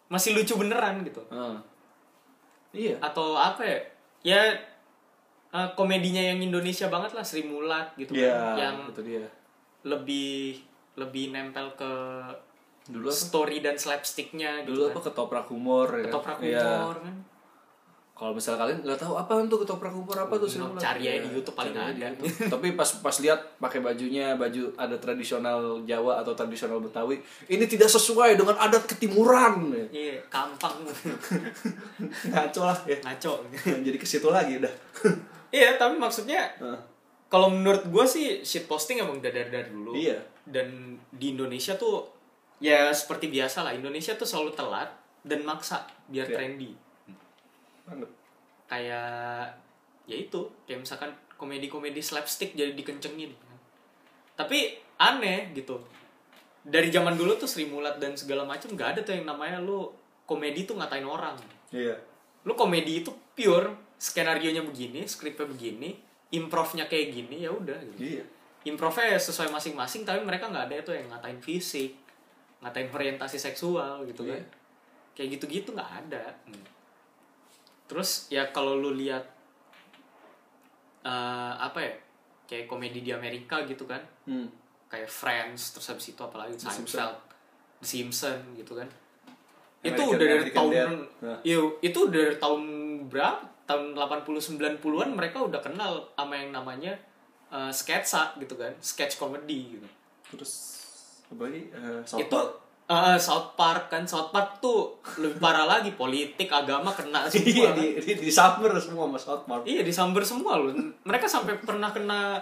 S2: masih lucu beneran gitu.
S3: Heeh. Iya.
S2: Atau apa ya? Ya eh, komedinya yang Indonesia banget lah Sri Mulat gitu
S3: Iya.
S2: kan, yang
S3: Itu dia.
S2: lebih lebih nempel ke
S3: Dulu apa?
S2: story dan slapsticknya
S3: Dulu
S2: gitu
S3: apa
S2: kan.
S3: ketoprak humor ya kan?
S2: Ketoprak
S3: Iya.
S2: humor kan.
S3: Kalau misal kalian nggak tahu apa tuh ketoprak humor apa tuh
S2: Nggak,
S3: Sri Mulat?
S2: cari aja
S3: Iya,
S2: di YouTube paling
S3: cari aja di
S2: ada.
S3: YouTube. Tapi pas pas lihat pakai bajunya baju ada tradisional Jawa atau tradisional Betawi, ini tidak sesuai dengan adat ketimuran. ya.
S2: Iya, kampang.
S3: Ngaco lah ya.
S2: ngaco
S3: Jadi ke situ lagi udah. Ah,
S2: iya tapi maksudnya
S3: Heeh.
S2: kalau menurut gue sih shit posting emang udah dari dari dulu
S3: Iya.
S2: dan di Indonesia tuh ya seperti biasa lah Indonesia tuh selalu telat dan maksa biar
S3: Iya.
S2: trendy
S3: Banget.
S2: kayak ya itu kayak misalkan komedi-komedi slapstick jadi dikencengin kan. tapi aneh gitu dari zaman dulu tuh Sri Mulat dan segala macam gak ada tuh yang namanya lu komedi tuh ngatain orang
S3: Iya.
S2: lu komedi itu pure skenario nya begini skripnya begini improvnya kayak gini ya udah gitu.
S3: Iya.
S2: improvnya ya sesuai masing-masing tapi mereka nggak ada itu yang ngatain fisik ngatain orientasi seksual gitu kan
S3: Iya.
S2: kayak gitu-gitu nggak ada terus ya kalau lu lihat eh, apa ya kayak komedi di Amerika gitu kan
S3: Hmm.
S2: kayak Friends terus habis itu apalagi
S3: The Simpsons.
S2: Seinfeld The Simpsons gitu kan itu
S3: American-
S2: udah dari
S3: American
S2: tahun
S3: Dad. Nah.
S2: iya, itu udah dari tahun berapa tahun 80 90-an mereka udah kenal sama yang namanya eh, sketsa gitu kan sketch comedy gitu
S3: Terus apa lagi? Eh, South
S2: itu
S3: Park.
S2: eh, South Park kan South Park tuh lebih parah lagi politik agama
S3: Iya
S2: kena semua kan.
S3: di di, di summer semua sama South Park.
S2: Iya disamber semua loh. Mereka sampai pernah kena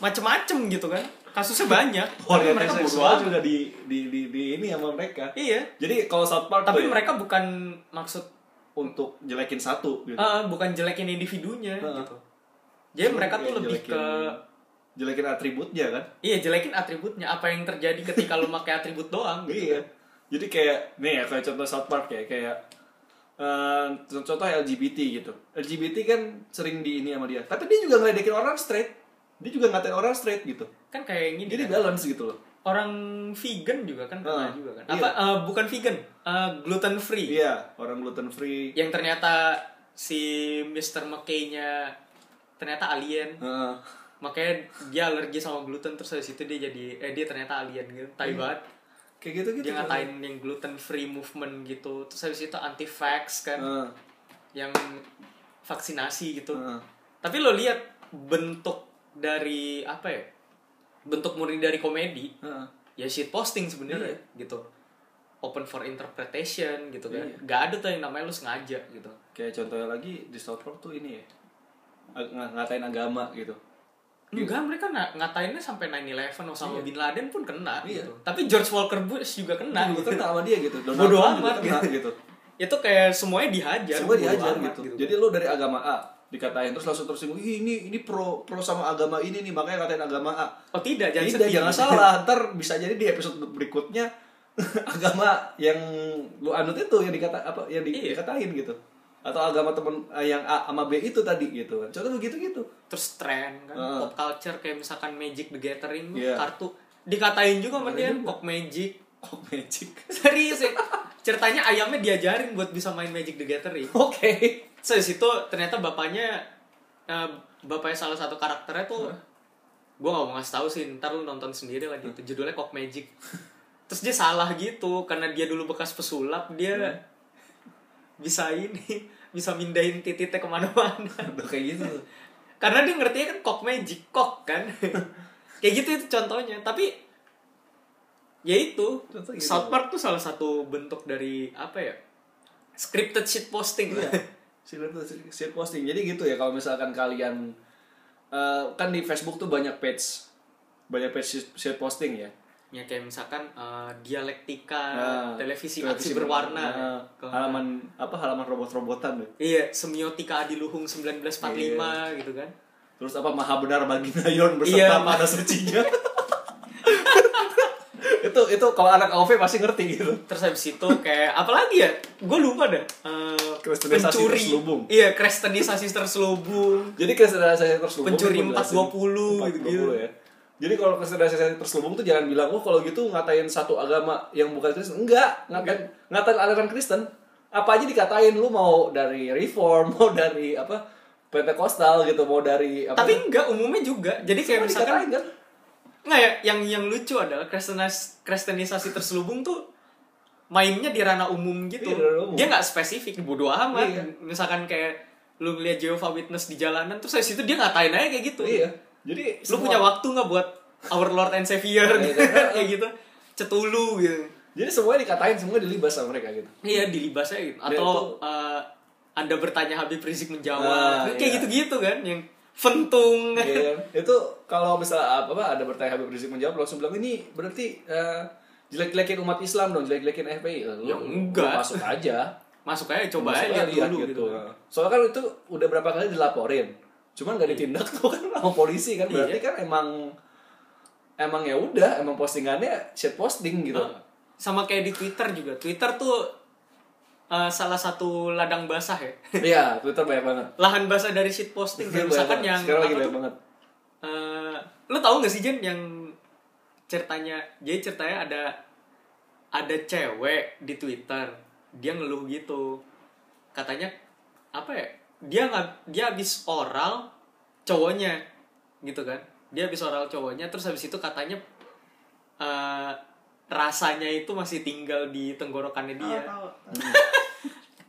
S2: macem-macem gitu kan. Kasusnya banyak. Tapi
S3: Orientasi
S2: mereka bodo
S3: seksual
S2: amat.
S3: juga di, di di di ini sama mereka.
S2: Iya.
S3: Jadi kalau South Park
S2: tapi
S3: tuh ya,
S2: mereka bukan maksud
S3: untuk jelekin satu gitu.
S2: eh, bukan jelekin individunya
S3: Heeh.
S2: gitu jadi mereka tuh
S3: Iya,
S2: lebih
S3: jelekin-
S2: ke
S3: jelekin atributnya kan?
S2: iya jelekin atributnya apa yang terjadi ketika lu pakai atribut doang gitu
S3: Iya.
S2: kan.
S3: Jadi kayak nih ya kayak contoh South Park ya kayak eh, contoh LGBT gitu. LGBT kan sering di ini sama dia. Tapi dia juga ngeledekin orang straight. Dia juga ngatain orang straight gitu.
S2: kan kayak yang ini
S3: Jadi
S2: kan.
S3: balance gitu loh.
S2: orang vegan juga kan pernah
S3: Heeh.
S2: juga kan
S3: Iya.
S2: apa eh, bukan vegan eh, gluten free
S3: Iya, orang gluten free.
S2: yang ternyata si Mr. McKay-nya ternyata alien
S3: Heeh.
S2: makanya dia alergi sama gluten terus dari situ dia jadi eh dia ternyata alien gitu tai
S3: Hmm.
S2: banget
S3: kayak gitu gitu.
S2: dia ngatain yang gluten free movement gitu terus habis itu anti vax kan
S3: Heeh.
S2: yang vaksinasi gitu
S3: Heeh.
S2: tapi lo lihat bentuk dari apa ya bentuk murni dari komedi
S3: Heeh.
S2: ya shit posting sebenarnya gitu open for interpretation gitu kan
S3: Iya.
S2: gak ada tuh yang namanya lo sengaja gitu
S3: Kayak contohnya lagi di South Park tuh ini ya. ag- ng- ngatain agama gitu.
S2: Enggak, mereka na- ngatainnya sampai 9-11 Osama Bin Laden pun kena
S3: Iya.
S2: gitu. Tapi George Walker Bush juga kena
S3: Gue
S2: gitu.
S3: kena sama dia gitu. Donald
S2: Bodoh
S3: Trump juga
S2: amat
S3: kena
S2: gitu.
S3: gitu.
S2: Itu kayak semuanya dihajar.
S3: semua
S2: bodo
S3: diajar
S2: amat kan.
S3: gitu. Jadi lo dari agama A dikatain terus langsung tersinggung, Ih, ini ini pro pro sama agama ini nih makanya katain agama A.
S2: Oh tidak, jangan
S3: Tidak,
S2: sedih.
S3: jangan salah, ntar bisa jadi di episode berikutnya agama yang lu anut itu yang dikata apa yang di-
S2: Iya.
S3: dikatain gitu. Atau agama temen eh, yang A sama B itu tadi gitu. kan. Contoh begitu gitu.
S2: Terus tren kan,
S3: Heeh.
S2: pop culture kayak misalkan Magic the
S3: Ah.
S2: Gathering,
S3: Iya.
S2: kartu dikatain juga sama dia kok Magic.
S3: Kok magic.
S2: Serius ya. Ceritanya ayamnya diajarin buat bisa main Magic the Gathering.
S3: Oke.
S2: Terus dari situ ternyata bapaknya eh, bapaknya salah satu karakternya tuh gue gak mau ngasih tahu sih ntar lu nonton sendiri lah gitu judulnya Cock Magic terus dia salah gitu karena dia dulu bekas pesulap dia
S3: Iya.
S2: bisa ini bisa mindahin titiknya kemana-mana
S3: udah kayak gitu tuh.
S2: karena dia ngertinya kan Cock Magic Cock kan kayak gitu itu contohnya tapi ya itu
S3: Contoh gitu.
S2: South Park tuh salah satu bentuk dari apa ya scripted shit posting lah
S3: Iya. Silent shit posting. Jadi gitu ya kalau misalkan kalian eh, kan di Facebook tuh banyak page banyak page shit posting ya.
S2: ya kayak misalkan eh, dialektika
S3: Nah,
S2: televisi, aksi
S3: televisi
S2: berwarna ya.
S3: nah,
S2: Kalau-
S3: halaman apa halaman robot-robotan ya.
S2: iya semiotika adiluhung 1945
S3: Iya.
S2: gitu kan
S3: Terus apa maha benar bagi Nayon
S2: Iya.
S3: berserta pada sucinya. itu itu kalau anak AOV pasti ngerti gitu.
S2: terus habis itu kayak apalagi ya gue lupa dah Eh,
S3: Kristenisasi terselubung.
S2: iya kristenisasi terselubung
S3: Jadi kristenisasi terselubung
S2: Pencuri
S3: tuh gua jelasin. 420
S2: 420, gitu-gitu.
S3: ya. Jadi kalau kristenisasi terselubung tuh jangan bilang oh kalau gitu ngatain satu agama yang bukan Kristen. Enggak, ngatain ngatain aliran Kristen. Apa aja dikatain lu mau dari reform, mau dari apa Pentekostal gitu, mau dari apa
S2: tapi enggak umumnya juga jadi kayak
S3: Semua
S2: misalkan
S3: dikatain kan?
S2: Nggak ya, yang yang lucu adalah kristenas, kristenisasi terselubung tuh mainnya di ranah umum gitu.
S3: Iya, di ranah umum.
S2: Dia nggak spesifik, bodo amat.
S3: Iya.
S2: Misalkan kayak lu ngeliat Jehovah Witness di jalanan, terus dari situ dia ngatain aja kayak gitu.
S3: Iya. Jadi
S2: Lu
S3: semua-
S2: punya waktu nggak buat Our Lord and Savior
S3: Iya, iya.
S2: kayak gitu, cetulu gitu.
S3: Jadi semuanya dikatain, semua dilibas sama mereka gitu.
S2: Iya dilibas aja gitu. Atau eh, anda bertanya Habib Rizik
S3: Ah,
S2: menjawab, kayak
S3: iya.
S2: gitu-gitu kan, yang fentung.
S3: Iya. itu kalau misalnya apa, apa ada bertanya Habib Rizik menjawab langsung bilang ini berarti eh, jelek-jelekin umat Islam dong, jelek-jelekin FPI. Eh, lu-
S2: Ya,
S3: lu
S2: enggak.
S3: Masuk aja.
S2: Masuk aja coba
S3: Masuk
S2: aja
S3: aja lihat
S2: dulu gitu.
S3: Soalnya kan itu udah berapa kali dilaporin. Cuman
S2: Iya.
S3: gak ditindak tuh kan sama polisi kan. Berarti kan emang emang ya udah, emang postingannya shit posting gitu.
S2: sama kayak di Twitter juga. Twitter tuh eh, salah satu ladang basah ya.
S3: Iya, Twitter banyak banget.
S2: Lahan basah dari shit posting.
S3: Iya, Banyak
S2: misalkan
S3: banget.
S2: yang
S3: sekarang lagi
S2: apa
S3: banyak
S2: tuh,
S3: banget.
S2: eh, lo tau gak sih Jen yang ceritanya jadi ceritanya ada ada cewek di Twitter dia ngeluh gitu katanya apa ya dia nggak dia habis oral cowoknya gitu kan dia habis oral cowoknya terus habis itu katanya eh, rasanya itu masih tinggal di tenggorokannya dia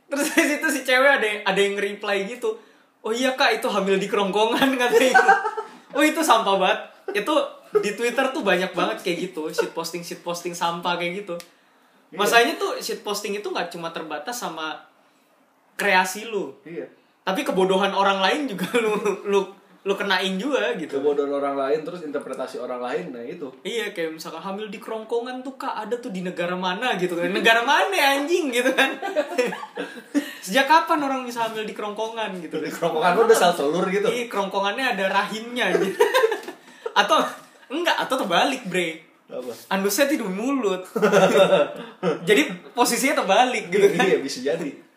S2: terus dari situ si cewek ada yang, ada yang reply gitu oh iya kak itu hamil di kerongkongan katanya gitu. oh itu sampah banget itu di twitter tuh banyak banget kayak gitu shit posting shit posting sampah kayak gitu masanya tuh shit posting itu nggak cuma terbatas sama kreasi lu
S3: Iya.
S2: tapi kebodohan orang lain juga lu lu lu kenain juga gitu
S3: Kebodohan orang lain terus interpretasi orang lain nah itu.
S2: Iya kayak misalkan hamil di kerongkongan tuh kak ada tuh di negara mana gitu kan negara mana ya, anjing gitu kan sejak kapan orang bisa hamil di kerongkongan gitu
S3: Di kerongkongan lu udah sel telur gitu.
S2: Iya kerongkongannya ada rahimnya gitu. atau enggak atau terbalik bre
S3: Apa?
S2: anusnya tidur mulut jadi posisinya terbalik gitu kan
S3: Iya, bisa jadi.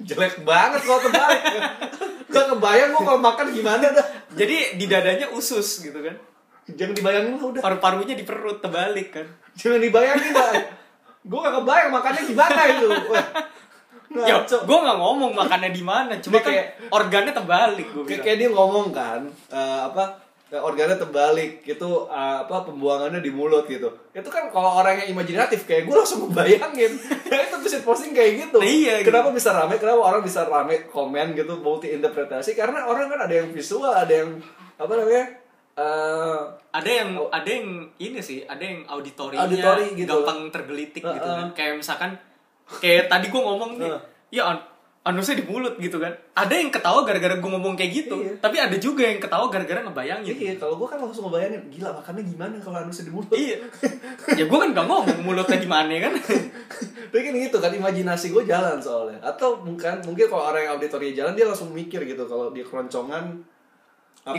S3: Jelek banget kalau terbalik. Gak kebayang gua kalau makan gimana dah.
S2: jadi di dadanya usus gitu kan
S3: Jangan dibayangin lah udah.
S2: paru-parunya di perut terbalik kan
S3: Jangan dibayangin lah. gue gak kebayang makannya gimana itu. Wah.
S2: ya
S3: Ngaco.
S2: gue nggak ngomong makannya di mana cuma
S3: Nah, Dia
S2: kan
S3: kayak-
S2: organnya terbalik gue
S3: Kayak, kayak dia ngomong kan, eh, apa eh, organnya terbalik gitu eh, apa pembuangannya di mulut gitu itu kan kalau orangnya imajinatif kayak gue langsung ngebayangin itu bisa posting kayak gitu
S2: Nah, iya,
S3: kenapa bisa rame kenapa orang bisa rame komen gitu multi interpretasi karena orang kan ada yang visual ada yang apa namanya eh,
S2: ada yang ada yang ini sih ada yang auditorinya
S3: Auditori gitu.
S2: gampang tergelitik gitu
S3: Heeh.
S2: kan kayak misalkan kayak tadi gue ngomong nih
S3: Heeh.
S2: ya an anusnya di mulut gitu kan ada yang ketawa gara-gara gue ngomong kayak gitu
S3: Iya.
S2: tapi ada juga yang ketawa gara-gara ngebayangin
S3: iya kalau gue kan langsung ngebayangin gila makannya gimana kalau anusnya di mulut
S2: Iya. ya gue kan gak ngomong mulutnya di mana kan
S3: Tapi kan gitu kan imajinasi gue jalan soalnya. Atau mungkin mungkin kalau orang yang auditornya jalan dia langsung mikir gitu kalau di keroncongan
S2: Di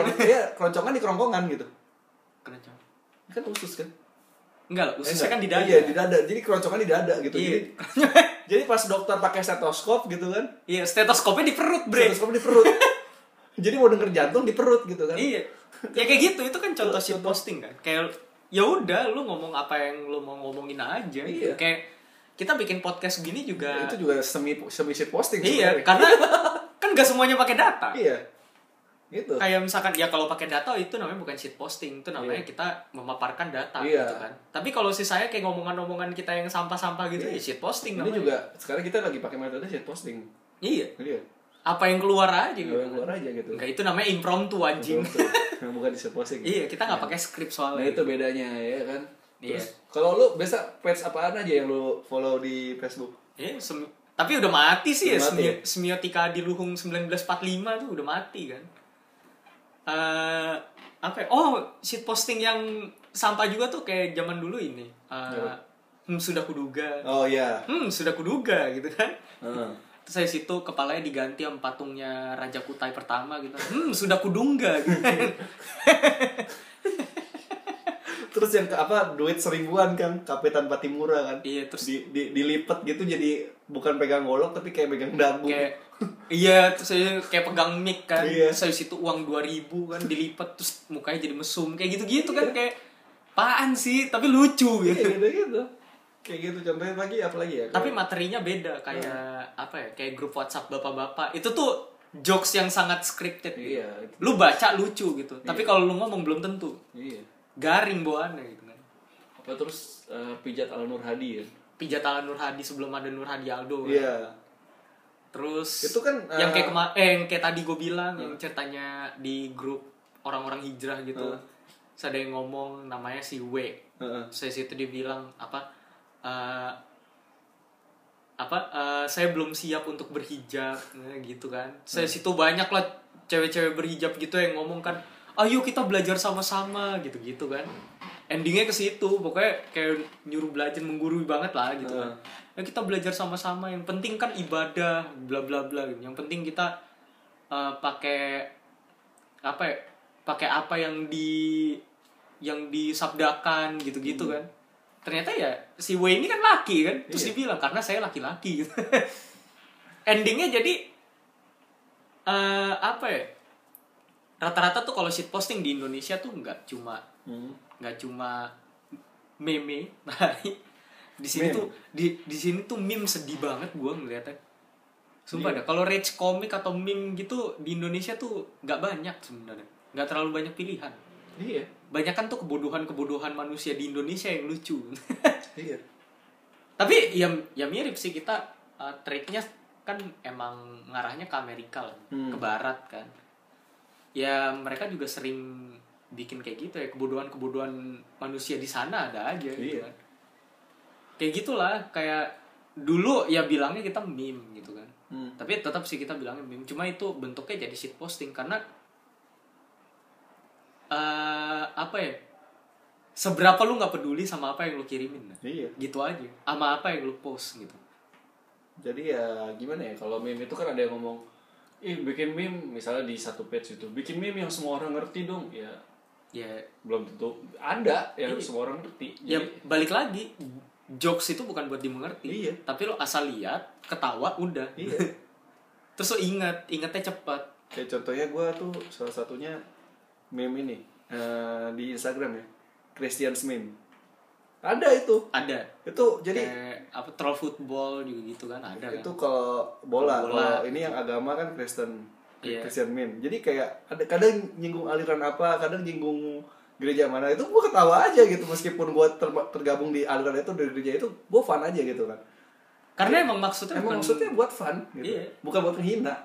S3: Di kerong- Iya, keroncongan di kerongkongan gitu.
S2: Kencang.
S3: Kan usus kan.
S2: enggak lah ususnya
S3: Eh,
S2: kan di
S3: enggak.
S2: dada
S3: Iya, di dada. Jadi keroncongan di dada gitu.
S2: Iya.
S3: Jadi, jadi pas dokter pakai stetoskop gitu kan.
S2: iya stetoskopnya di perut bre
S3: Stetoskop di perut. jadi mau denger jantung di perut gitu kan.
S2: Iya. Ya kayak gitu, itu kan contoh shit posting kan. Kayak ya udah lu ngomong apa yang lu mau ngomongin aja. gitu.
S3: Iya.
S2: Kayak kita bikin podcast gini juga
S3: Itu juga semi semi shit posting
S2: Iya,
S3: sebenarnya.
S2: karena kan gak semuanya pakai data.
S3: Iya. Gitu.
S2: kayak misalkan ya kalau pakai data itu namanya bukan shit posting itu namanya kita memaparkan data
S3: Iya.
S2: gitu kan tapi kalau sisanya kayak ngomongan-ngomongan kita yang sampah-sampah gitu ya shit posting
S3: Iya. Ini
S2: namanya
S3: juga sekarang kita lagi pakai metode shit posting.
S2: iya
S3: Iya.
S2: apa yang keluar aja gitu
S3: Yang keluar aja gitu.
S2: enggak itu namanya impromptu anjing
S3: Betul. Nah, bukan di shit posting.
S2: iya kita nggak pakai
S3: Nah
S2: skrip soalnya
S3: itu bedanya ya kan.
S2: Iya.
S3: Terus kalau lu biasa page apaan aja yang lu follow di Facebook?
S2: Iya, sem- tapi udah mati sih ya,
S3: Udah mati
S2: semio- semiotika di Luhung 1945 tuh udah mati kan. Eh apa ya? Oh, shit posting yang sampah juga tuh kayak zaman dulu ini. Eh, hmm, sudah kuduga.
S3: Oh iya.
S2: Hmm, sudah kuduga gitu kan.
S3: Heeh.
S2: Terus saya situ kepalanya diganti sama patungnya Raja Kutai pertama gitu. Hmm, sudah kudungga gitu.
S3: Terus yang ke- apa duit seribuan kan, kafe tanpa timura kan.
S2: Iya, terus-
S3: di, di, dilipet gitu jadi bukan pegang golok tapi kayak pegang dagu.
S2: kayak iya terus saya kayak pegang mic kan
S3: Iya.
S2: saya situ uang 2000 kan dilipat terus mukanya jadi mesum kayak gitu-gitu kan kayak paan sih tapi lucu
S3: Iya,
S2: gitu
S3: gitu gitu. Kayak gitu contohnya lagi apa lagi ya?
S2: tapi materinya beda kayak apa ya kayak grup WhatsApp bapak-bapak itu tuh jokes yang sangat scripted gitu.
S3: Iya, itu.
S2: lu baca lucu gitu tapi kalau lu ngomong belum tentu
S3: Iya.
S2: garing bawaannya gitu kan
S3: Apa terus eh, pijat Al Nur Hadi ya?
S2: pijat ala Nur Hadi sebelum ada Nur Hadi Aldo kan.
S3: Iya.
S2: Terus
S3: Itu kan, eh, iya.
S2: yang kayak kema- eh yang kayak tadi gue bilang yang ceritanya di grup orang-orang hijrah gitu. Terus ada yang ngomong namanya si W.
S3: Heeh.
S2: Saya situ dia bilang apa eh, apa eh, saya belum siap untuk berhijab Nah, gitu kan. Saya situ banyak lah cewek-cewek berhijab gitu yang ngomong kan ayo kita belajar sama-sama gitu-gitu kan. Endingnya ke situ pokoknya kayak nyuruh belajar menggurui banget lah gitu kan. Ya, kita belajar sama-sama yang penting kan ibadah bla bla bla gitu. Yang penting kita eh, pakai apa ya? Pakai apa yang di yang disabdakan gitu-gitu kan. Ternyata ya si Wei ini kan laki kan. Terus dibilang karena saya laki-laki gitu. Endingnya jadi eh apa ya? Rata-rata tuh kalau shit posting di Indonesia tuh nggak cuma
S3: Hmm.
S2: nggak cuma meme bahari di
S3: Meme.
S2: sini tuh di di sini tuh meme sedih banget gua ngeliatnya sumpah dah kalau rage komik atau meme gitu di Indonesia tuh nggak banyak sebenarnya nggak terlalu banyak pilihan
S3: Iya.
S2: banyak kan tuh kebodohan kebodohan manusia di Indonesia yang lucu
S3: Iya.
S2: tapi ya ya mirip sih kita uh, triknya kan emang ngarahnya ke Amerika lah
S3: Hmm.
S2: ke Barat kan ya mereka juga sering bikin kayak gitu ya kebodohan-kebodohan manusia di sana ada aja gitu
S3: Iya.
S2: kan kayak gitulah kayak dulu ya bilangnya kita meme gitu kan
S3: Hmm.
S2: tapi tetap sih kita bilangnya meme cuma itu bentuknya jadi shit posting karena eh apa ya seberapa lu nggak peduli sama apa yang lu kirimin nah
S3: Iya.
S2: gitu aja sama apa yang lu post gitu
S3: Jadi ya gimana ya kalau meme itu kan ada yang ngomong ih bikin meme misalnya di satu page itu bikin meme yang semua orang ngerti dong ya
S2: ya
S3: belum tentu ada yang semua orang ngerti
S2: ya
S3: Jadi,
S2: balik lagi jokes itu bukan buat dimengerti
S3: Iya.
S2: tapi lo asal lihat ketawa udah
S3: iya
S2: terus lo ingat ingatnya cepat
S3: kayak contohnya gue tuh salah satunya meme ini eh, di Instagram ya Christian's meme ada itu
S2: ada
S3: itu jadi Iya.
S2: kayak apa troll football juga gitu kan ada kan
S3: itu kalau bola,
S2: Kalau bola.
S3: kalau ini yang agama kan Kristen
S2: Iya.
S3: Christian meme jadi kayak ada kadang nyinggung aliran apa kadang nyinggung gereja mana itu gue ketawa aja gitu meskipun gue tergabung di aliran itu dari gereja itu gue fun aja gitu kan
S2: karena emang maksudnya
S3: emang
S2: bukan
S3: maksudnya buat fun gitu
S2: Iya.
S3: bukan buat menghina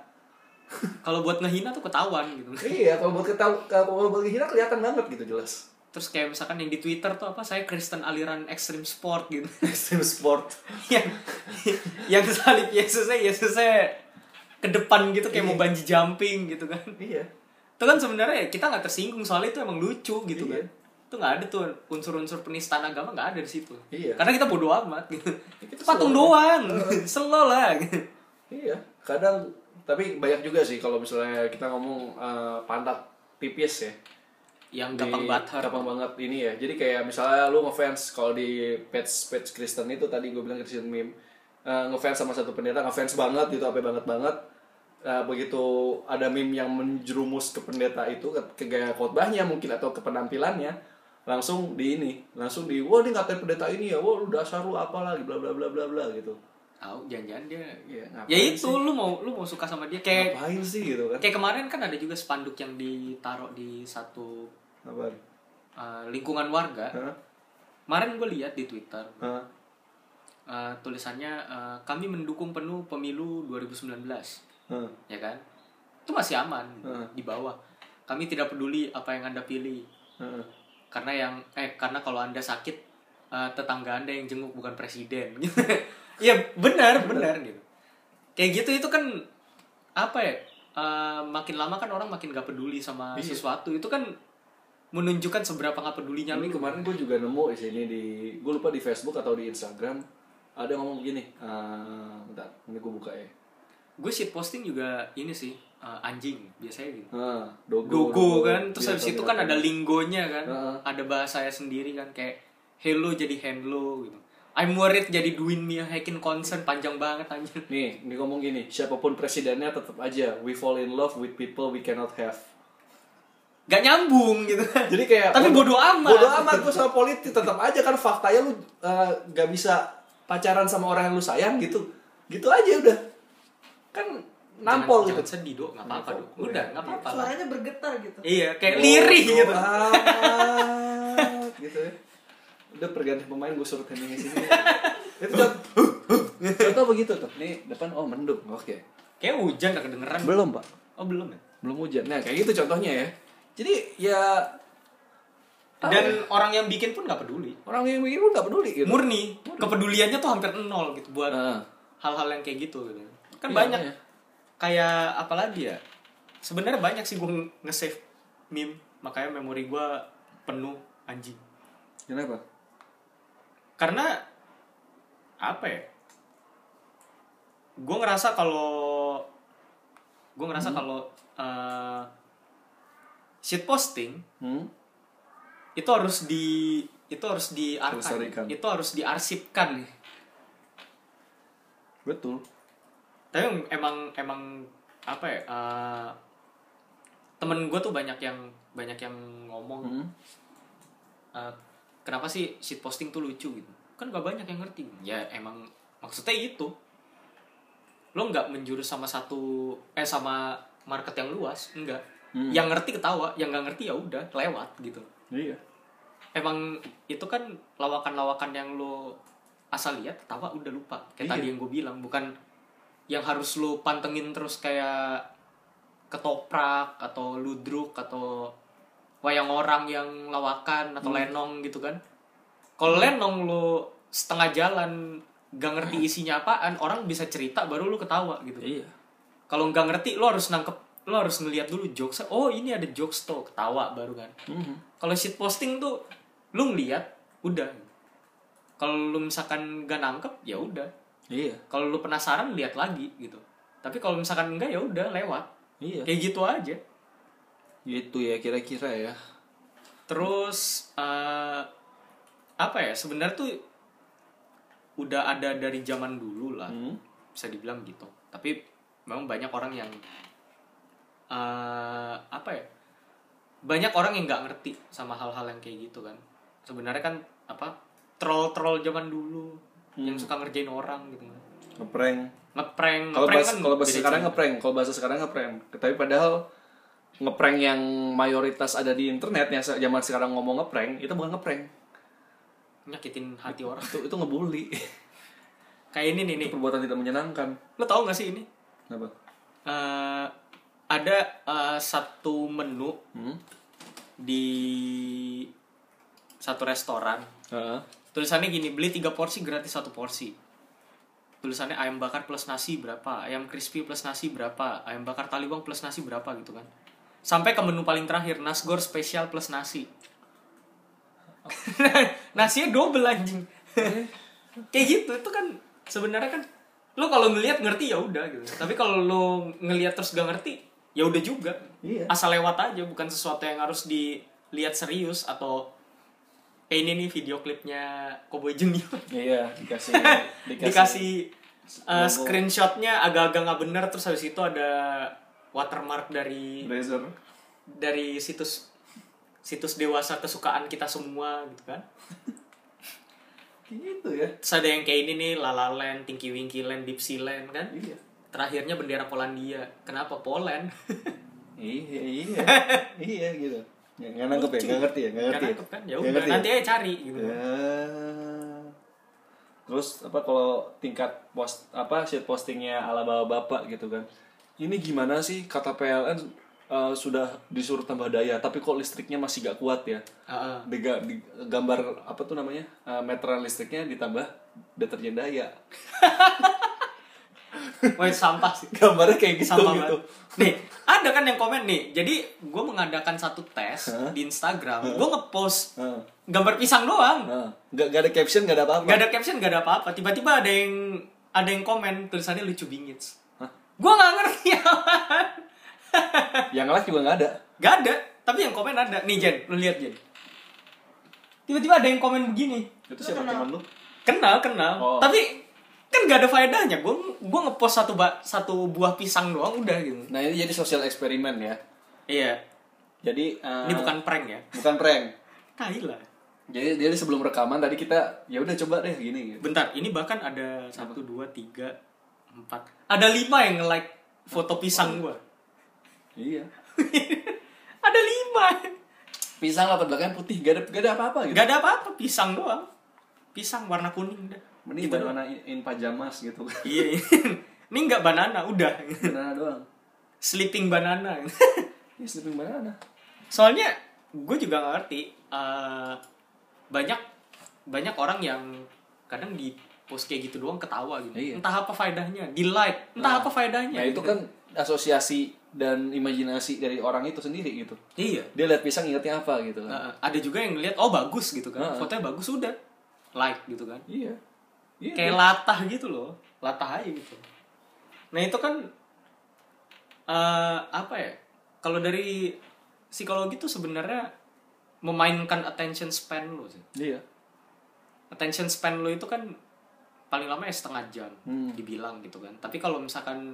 S2: kalau buat ngehina tuh ketahuan gitu
S3: iya kalau buat ketawa kalau buat menghina kelihatan banget gitu jelas
S2: terus kayak misalkan yang di Twitter tuh apa saya Kristen aliran ekstrim sport gitu
S3: Extreme sport
S2: yang yang salib Yesusnya Yesusnya ke depan gitu kayak mau banji jumping gitu kan
S3: iya
S2: itu kan sebenarnya ya kita nggak tersinggung soalnya itu emang lucu gitu
S3: Iya.
S2: kan itu nggak ada tuh unsur-unsur penistaan agama nggak ada di situ
S3: Iya. Ya,
S2: karena kita bodoh amat gitu
S3: Kita
S2: patung
S3: selo.
S2: doang selo lah gitu.
S3: iya kadang tapi banyak juga sih kalau misalnya kita ngomong eh, pantat tipis ya
S2: yang
S3: di-
S2: gampang bathar
S3: gampang banget ini ya jadi kayak misalnya lu ngefans kalau di page page Kristen itu tadi gue bilang Christian meme eh, ngefans sama satu pendeta ngefans banget gitu apa banget banget Eh, begitu ada meme yang menjerumus ke pendeta itu ke, ke gaya khotbahnya mungkin atau ke penampilannya langsung di ini langsung di wah ini ngatain pendeta ini ya wah lu dasar lu apa lagi bla bla bla bla bla gitu
S2: tahu jangan-jangan dia
S3: Iya, ngapain
S2: ya itu lu mau lu mau suka sama dia kayak
S3: ngapain sih gitu kan
S2: kayak kemarin kan ada juga spanduk yang ditaruh di satu
S3: Apaan?
S2: eh, lingkungan warga
S3: Hah?
S2: kemarin gue lihat di twitter
S3: Hah?
S2: eh, tulisannya eh, kami mendukung penuh pemilu 2019
S3: Hah?
S2: ya kan itu masih aman
S3: Heeh.
S2: di bawah kami tidak peduli apa yang anda pilih
S3: Hah?
S2: karena yang eh karena kalau anda sakit eh, tetangga anda yang jenguk bukan presiden ya benar benar gitu kayak gitu itu kan apa ya eh, makin lama kan orang makin gak peduli sama
S3: Iya.
S2: sesuatu itu kan menunjukkan seberapa gak pedulinya
S3: Tapi
S2: lu
S3: Ya, kemarin gue juga nemu di sini di gue lupa di Facebook atau di Instagram ada yang ngomong begini. eh bentar, ini gue buka ya.
S2: gue shit posting juga ini sih eh, anjing biasanya gitu
S3: Heeh, dogo,
S2: gogo kan terus
S3: Iya,
S2: habis itu
S3: dogo.
S2: kan ada linggonya kan
S3: Heeh.
S2: ada bahasanya sendiri kan kayak hello jadi hello gitu I'm worried jadi doing me a hacking concern panjang banget anjir
S3: Nih, ini ngomong gini, siapapun presidennya tetap aja we fall in love with people we cannot have.
S2: gak nyambung gitu
S3: Jadi kayak
S2: tapi bodo amat
S3: Bodo amat gue sama politik tetap aja kan faktanya lu eh, gak bisa pacaran sama orang yang lu sayang gitu. Gitu aja udah. Kan nampol gitu.
S2: jangan, jangan sedih dok nggak apa-apa
S3: Nampol.
S2: dok udah nggak apa-apa lah
S6: Suaranya bergetar gitu.
S2: iya kayak lirih
S3: Bodo
S2: gitu
S3: amat, Oh, gitu ya. Udah pergantian pemain gue suruh tendangnya sini. Itu cont- contoh begitu tuh. Nih depan oh mendung. Oke.
S2: kayak hujan gak kedengeran
S3: Belum, Pak.
S2: oh belum ya
S3: Belum hujan. Nah, kayak gitu contohnya ya. Jadi ya
S2: dan orang yang bikin pun nggak peduli
S3: orang yang mikir pun gak peduli gitu. Ah.
S2: murni kepeduliannya tuh hampir nol gitu buat
S3: Heeh.
S2: hal-hal yang kayak gitu gitu. kan
S3: Iya,
S2: banyak
S3: iya.
S2: kayak apalagi ya sebenarnya banyak sih gue nge-save meme makanya memori gue penuh anjing
S3: Kenapa?
S2: karena apa ya gue ngerasa kalau gue
S3: Hmm.
S2: ngerasa kalau eh, shit posting
S3: Hmm?
S2: itu harus di itu harus
S3: Lestarikan.
S2: diarkan itu harus diarsipkan nih
S3: Betul.
S2: tapi em- emang emang apa ya eh, temen gue tuh banyak yang banyak yang ngomong
S3: Hmm?
S2: eh, kenapa sih shit posting tuh lucu gitu kan gak banyak yang ngerti ya emang maksudnya itu lo nggak menjurus sama satu eh sama market yang luas enggak
S3: Hmm.
S2: yang ngerti ketawa yang nggak ngerti ya udah lewat gitu
S3: Iya.
S2: emang itu kan lawakan-lawakan yang lo asal lihat ketawa udah lupa
S3: Iya.
S2: kayak tadi yang gue bilang bukan yang harus lo pantengin terus kayak ketoprak atau ludruk atau wayang orang yang lawakan atau
S3: Hmm.
S2: lenong gitu kan kalau lenong lo setengah jalan gak ngerti isinya apaan orang bisa cerita baru lo ketawa gitu
S3: Ah. Iya.
S2: kalau nggak ngerti lo harus nangkep lo harus ngelihat dulu jokes oh ini ada jokes tuh ketawa baru kan
S3: Hmm.
S2: kalau shit posting tuh lu ngeliat udah kalau lu misalkan gak nangkep ya udah
S3: Iya.
S2: kalau lu penasaran lihat lagi gitu tapi kalau misalkan enggak ya udah lewat
S3: Iya.
S2: kayak gitu aja
S3: Gitu ya kira-kira ya.
S2: terus eh, apa ya sebenarnya tuh udah ada dari zaman dulu lah
S3: Hmm?
S2: bisa dibilang gitu tapi memang banyak orang yang eh apa ya banyak orang yang nggak ngerti sama hal-hal yang kayak gitu kan sebenarnya kan apa troll-troll zaman dulu
S3: Hmm.
S2: yang suka ngerjain orang gitu kan
S3: Ngeprank.
S2: ngeprank
S3: Kalau
S2: ngeprank
S3: bahasa,
S2: kan
S3: kalau bahasa
S2: beda
S3: sekarang
S2: cerita.
S3: ngeprank, kalau bahasa sekarang ngeprank. Tapi padahal ngeprank yang mayoritas ada di internet yang se- zaman sekarang ngomong ngeprank itu bukan ngeprank.
S2: nyakitin hati orang
S3: Itu itu ngebully.
S2: kayak ini nih nih
S3: Perbuatan tidak menyenangkan.
S2: lo tau gak sih ini
S3: Kenapa?
S2: Eh, ada eh, satu menu
S3: Hmm?
S2: di satu restoran
S3: Heeh.
S2: Tulisannya gini, beli 3 porsi gratis satu porsi. Tulisannya ayam bakar plus nasi berapa, ayam crispy plus nasi berapa, ayam bakar taliwang plus nasi berapa gitu kan. Sampai ke menu paling terakhir, nasgor spesial plus nasi. Nasinya double anjing. Kayak gitu, itu kan sebenarnya kan lo kalau ngelihat ngerti ya udah gitu. Tapi kalau lo ngelihat terus gak ngerti, ya udah juga.
S3: Iya.
S2: Asal lewat aja, bukan sesuatu yang harus dilihat serius atau Kayak ini nih video klipnya Cowboy Junior.
S3: Iya, dikasih
S2: Dikasih, uh,
S3: logo.
S2: screenshotnya agak-agak nggak bener terus habis itu ada watermark dari
S3: blazer.
S2: dari situs situs dewasa kesukaan kita semua gitu kan.
S3: Gitu ya.
S2: Terus ada yang kayak ini nih, La La Land, Tinky Winky Land, Dipsy Land kan.
S3: Iya.
S2: Terakhirnya bendera Polandia. Kenapa Poland?
S3: Iya, iya.
S5: iya gitu ya, nggak nangkep ya nggak ngerti ya nggak
S2: Gak
S5: ngerti ya?
S2: nangkep kan? Ya
S5: Nggak
S2: udah,
S5: ngerti ya?
S2: nanti aja cari gitu.
S3: Iya.
S5: Ah.
S3: Ya. Terus apa kalau tingkat post apa shit postingnya ala bapak-bapak gitu kan. Ini gimana sih kata PLN eh, sudah disuruh tambah daya tapi kok listriknya masih gak kuat ya.
S2: Heeh.
S3: Diga- di- gambar apa tuh namanya? Eh, meteran listriknya ditambah deterjen daya.
S2: Wah, sampah sih.
S3: Gambarnya kayak gitu
S2: Sampah
S3: gitu.
S2: banget. Nih, ada kan yang komen nih. Jadi gue mengadakan satu tes di Instagram. Gue ngepost
S3: Heeh.
S2: gambar pisang doang.
S3: Heeh. Nggak- nggak ada caption, gak ada apa-apa.
S2: Gak ada caption, gak ada apa-apa. Tiba-tiba ada yang ada yang komen tulisannya lucu bingits.
S3: Hah?
S2: Gue nggak ngerti apaan.
S3: Yang like juga nggak ada.
S2: Gak ada, tapi yang komen ada. Nih Jen, lu lihat Jen. Tiba-tiba ada yang komen begini.
S3: Itu siapa teman lu?
S2: Kenal, kenal.
S3: Oh.
S2: Tapi kan gak ada faedahnya. Gue gua ngepost satu ba- satu buah pisang doang udah gitu.
S3: Nah, ini jadi sosial eksperimen ya.
S2: Iya.
S3: Jadi eh,
S2: Ini bukan prank ya.
S3: bukan prank.
S2: Tai lah.
S3: Jadi jadi sebelum rekaman tadi kita ya udah coba deh gini gitu.
S2: Bentar, ini bahkan ada satu, dua, tiga, empat. Ada lima yang nge-like foto pisang gue.
S3: Iya.
S2: ada lima.
S3: Pisang lah belakang putih, gak ada gak ada apa-apa gitu.
S2: Gak ada apa-apa, pisang doang. Pisang warna kuning dah.
S3: Mending banana in, in pajamas gitu.
S2: Iya. Ini nggak banana, udah.
S3: banana doang.
S2: Sleeping banana.
S3: Ini sleeping banana.
S2: Soalnya gue juga nggak ngerti eh, banyak banyak orang yang kadang di post kayak gitu doang ketawa gitu.
S3: Iya.
S2: Entah apa faedahnya, di like, entah apa faedahnya. gitu.
S3: Nah, itu kan asosiasi dan imajinasi dari orang itu sendiri gitu.
S2: Iya.
S3: Dia lihat pisang ingatnya apa gitu kan.
S2: Nah, ada juga yang ngeliat oh bagus gitu kan.
S3: Nah.
S2: Fotonya bagus udah. Like gitu kan.
S3: Iya. Iya.
S2: kayak latah gitu loh latah aja gitu nah itu kan eh apa ya kalau dari psikologi tuh sebenarnya memainkan attention span lo sih
S3: Iya.
S2: attention span lo itu kan paling lama ya setengah jam
S3: Hmm.
S2: dibilang gitu kan tapi kalau misalkan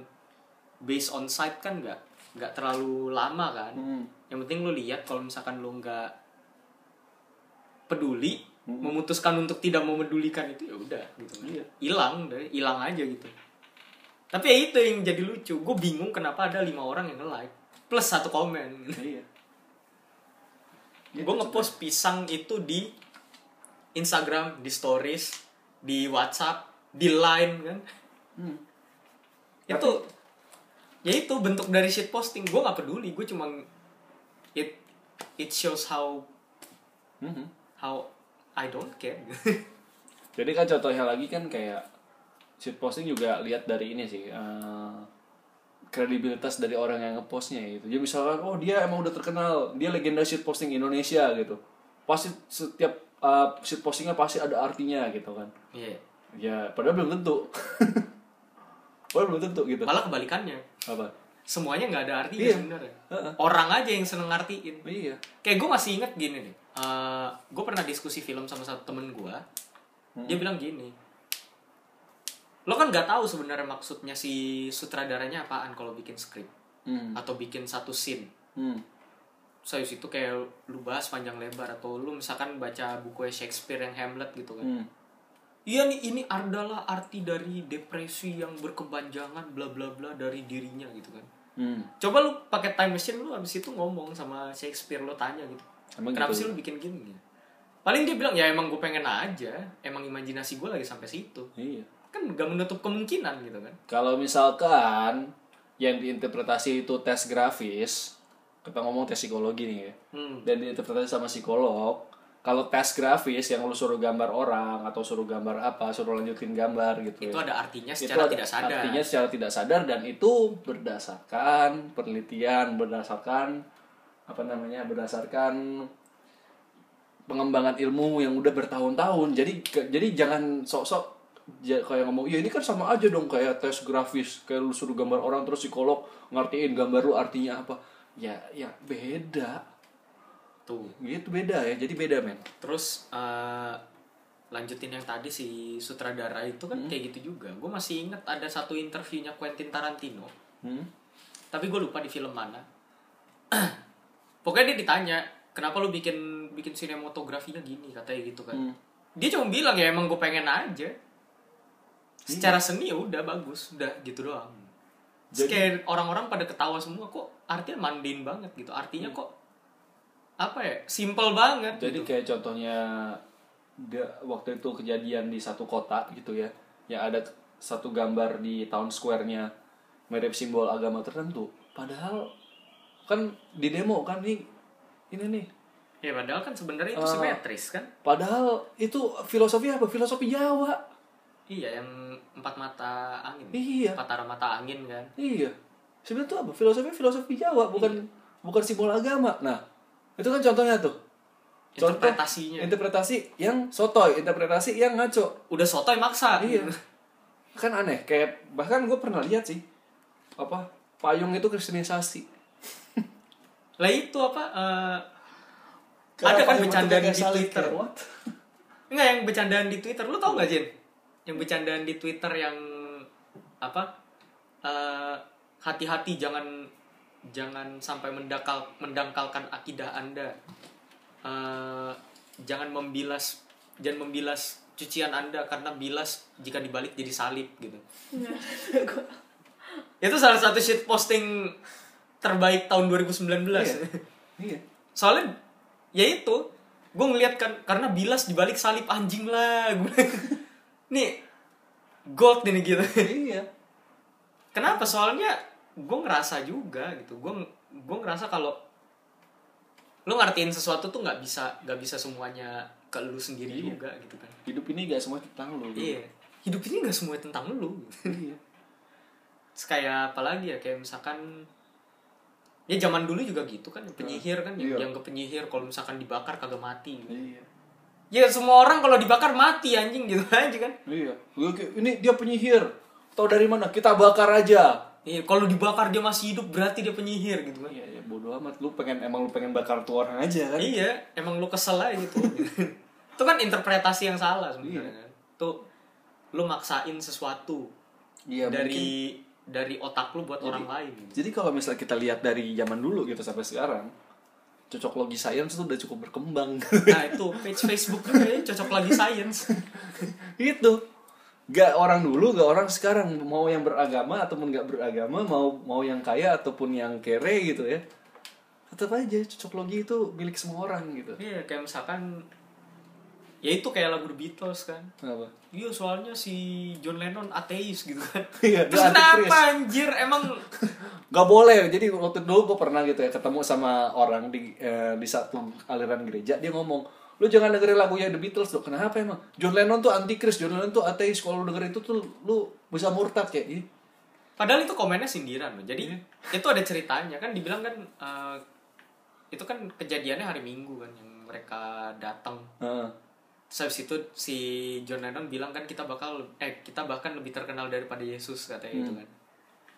S2: based on sight kan nggak nggak terlalu lama kan
S3: Hmm.
S2: yang penting lo lihat kalau misalkan lo nggak peduli memutuskan untuk tidak memedulikan itu ya udah gitu kan. hilang udah hilang aja gitu tapi ya itu yang jadi lucu gue bingung kenapa ada lima orang yang nge-like plus satu komen
S3: Iya. Gitu,
S2: gue ngepost pisang itu di Instagram di stories di WhatsApp di Line kan
S3: Hmm.
S2: itu ya itu bentuk dari shit posting gue nggak peduli gue cuma it it shows how
S3: Mhm.
S2: how I don't care
S3: Jadi kan contohnya lagi kan kayak shit posting juga lihat dari ini sih eh, kredibilitas dari orang yang ngepostnya gitu. Jadi misalkan oh dia emang udah terkenal, dia legenda shit posting Indonesia gitu. Pasti setiap eh, shit postingnya pasti ada artinya gitu kan.
S2: Iya.
S3: Ya padahal belum tentu. padahal belum tentu gitu.
S2: malah kebalikannya
S3: Apa?
S2: semuanya nggak ada artinya sebenarnya
S3: Iya. Heeh.
S2: orang aja yang seneng ngartiin
S3: Iya.
S2: kayak gue masih inget gini nih gue pernah diskusi film sama satu temen gue
S3: Hmm.
S2: dia bilang gini lo kan nggak tahu sebenarnya maksudnya si sutradaranya apaan kalau bikin skrip
S3: Hmm.
S2: atau bikin satu scene
S3: Hmm.
S2: Sayus itu kayak lu bahas panjang lebar atau lu misalkan baca buku Shakespeare yang Hamlet gitu kan
S3: Hmm.
S2: Iya nih ini adalah arti dari depresi yang berkepanjangan bla bla bla dari dirinya gitu kan.
S3: Hmm.
S2: Coba lu pakai time machine lu habis itu ngomong sama Shakespeare lu tanya gitu.
S3: Emang gitu?
S2: Kenapa sih lu bikin gini? Paling dia bilang ya emang gue pengen aja, emang imajinasi gue lagi sampai situ.
S3: Iya.
S2: Kan gak menutup kemungkinan gitu kan.
S3: Kalau misalkan yang diinterpretasi itu tes grafis, kita ngomong tes psikologi nih ya.
S2: Hmm.
S3: Dan diinterpretasi sama psikolog, kalau tes grafis yang lu suruh gambar orang atau suruh gambar apa, suruh lanjutin gambar gitu.
S2: Itu
S3: ya.
S2: ada artinya secara
S3: ada
S2: tidak sadar.
S3: Artinya secara tidak sadar dan itu berdasarkan penelitian, berdasarkan apa namanya? berdasarkan pengembangan ilmu yang udah bertahun-tahun. Jadi ke- jadi jangan sok-sok ja- kayak ngomong, "Ya ini kan sama aja dong kayak tes grafis, kayak lu suruh gambar orang terus psikolog ngertiin gambar lu artinya apa." Ya, ya beda.
S2: Tuh.
S3: Gitu beda ya. Jadi beda, men.
S2: Terus eh, lanjutin yang tadi si sutradara itu
S3: Hmm.
S2: kan kayak gitu juga. Gue masih inget ada satu interviewnya Quentin Tarantino,
S3: Hmm?
S2: tapi gue lupa di film mana.
S3: Hmm.
S2: Pokoknya dia ditanya, kenapa lu bikin bikin sinematografinya gini katanya gitu kan. dia cuma bilang ya emang gue pengen aja
S3: Iya.
S2: secara seni ya udah bagus udah gitu doang
S3: Jadi-
S2: Terus kayak orang-orang pada ketawa semua kok artinya mandain banget gitu artinya kok apa ya simple banget
S3: Hmm. Jadi
S2: gitu.
S3: kayak contohnya dia, waktu itu kejadian di satu kota gitu ya, yang ada satu gambar di town square-nya mirip simbol agama tertentu. Padahal kan di demo kan ini ini nih.
S2: ya padahal kan sebenarnya
S3: Ah.
S2: itu simetris kan
S3: Padahal itu filosofi apa? Filosofi Jawa.
S2: iya yang empat mata angin
S3: Iya.
S2: empat arah mata angin kan
S3: Iya. Sebenarnya itu apa? Filosofi filosofi Jawa bukan bukan simbol agama. Nah, itu kan contohnya tuh. Contoh-
S2: interpretasinya
S3: Interpretasi yang sotoy, interpretasi yang ngaco.
S2: udah sotoy maksa
S3: iya kan aneh kayak bahkan gue pernah lihat sih apa payung itu kristenisasi
S2: lah itu apa eh, ada kan bercandaan di Twitter Enggak yang bercandaan di Twitter lu tau nggak Jin? Yang bercandaan di Twitter yang apa? Eh, hati-hati jangan jangan sampai mendakal mendangkalkan akidah Anda. Eh, jangan membilas jangan membilas cucian Anda karena bilas jika dibalik jadi salib gitu. Itu salah satu shit posting terbaik tahun 2019.
S3: iya
S2: Soalnya ya itu gue ngeliat kan karena bilas dibalik salib anjing lah gue nih gold ini gitu
S3: iya
S2: kenapa soalnya gue ngerasa juga gitu gue gue ngerasa kalau lo ngertiin sesuatu tuh nggak bisa nggak bisa semuanya ke lu sendiri
S3: Iya.
S2: juga gitu kan
S3: hidup ini gak semua tentang lu
S2: iya hidup ini nggak semuanya tentang lu
S3: iya
S2: Terus kayak apa lagi ya kayak misalkan ya zaman dulu juga gitu kan penyihir kan yang
S5: Iya.
S2: yang ke penyihir kalau misalkan dibakar kagak mati gitu.
S3: iya
S2: Ya semua orang kalau dibakar mati anjing gitu aja kan.
S3: iya Gua kayak, ini dia penyihir tau dari mana kita bakar aja
S2: Iya, kalau dibakar dia masih hidup berarti dia penyihir gitu kan.
S3: iya ya bodo amat lu pengen emang lu pengen bakar tuh orang aja kan
S2: Iya, emang lu kesel aja gitu. itu kan interpretasi yang salah sebenarnya kan. Tuh lu maksain sesuatu
S3: iya mungkin.
S2: dari dari otak lu buat orang lain gitu.
S3: jadi kalau misalnya kita lihat dari zaman dulu gitu sampai sekarang cocok logi science tuh udah cukup berkembang
S2: Nah, itu page Facebook juga ya, cocok lagi science.
S3: itu Gitu. gak orang dulu gak orang sekarang mau yang beragama ataupun gak beragama mau mau yang kaya ataupun yang kere gitu ya tetap aja cocok logi itu milik semua orang gitu
S2: Iya, kayak misalkan ya itu kayak lagu The Beatles kan.
S3: kenapa
S2: Iya soalnya si John Lennon ateis gitu kan
S3: Iya, dia
S2: Terus
S3: antikris.
S2: kenapa anjir emang
S3: Gak boleh jadi waktu dulu gue pernah gitu ya ketemu sama orang di eh, di satu aliran gereja dia ngomong lu jangan dengerin lagunya The Beatles dong kenapa emang John Lennon tuh anti Chris John Lennon tuh ateis kalau lu dengerin itu tuh lu bisa murtad kayak "Ih,
S2: Padahal itu komennya sindiran loh. Jadi itu ada ceritanya kan dibilang kan eh, itu kan kejadiannya hari Minggu kan yang mereka datang.
S3: Heeh.
S2: Terus habis itu si John Lennon bilang kan kita bakal eh kita bahkan lebih terkenal daripada Yesus katanya gitu kan.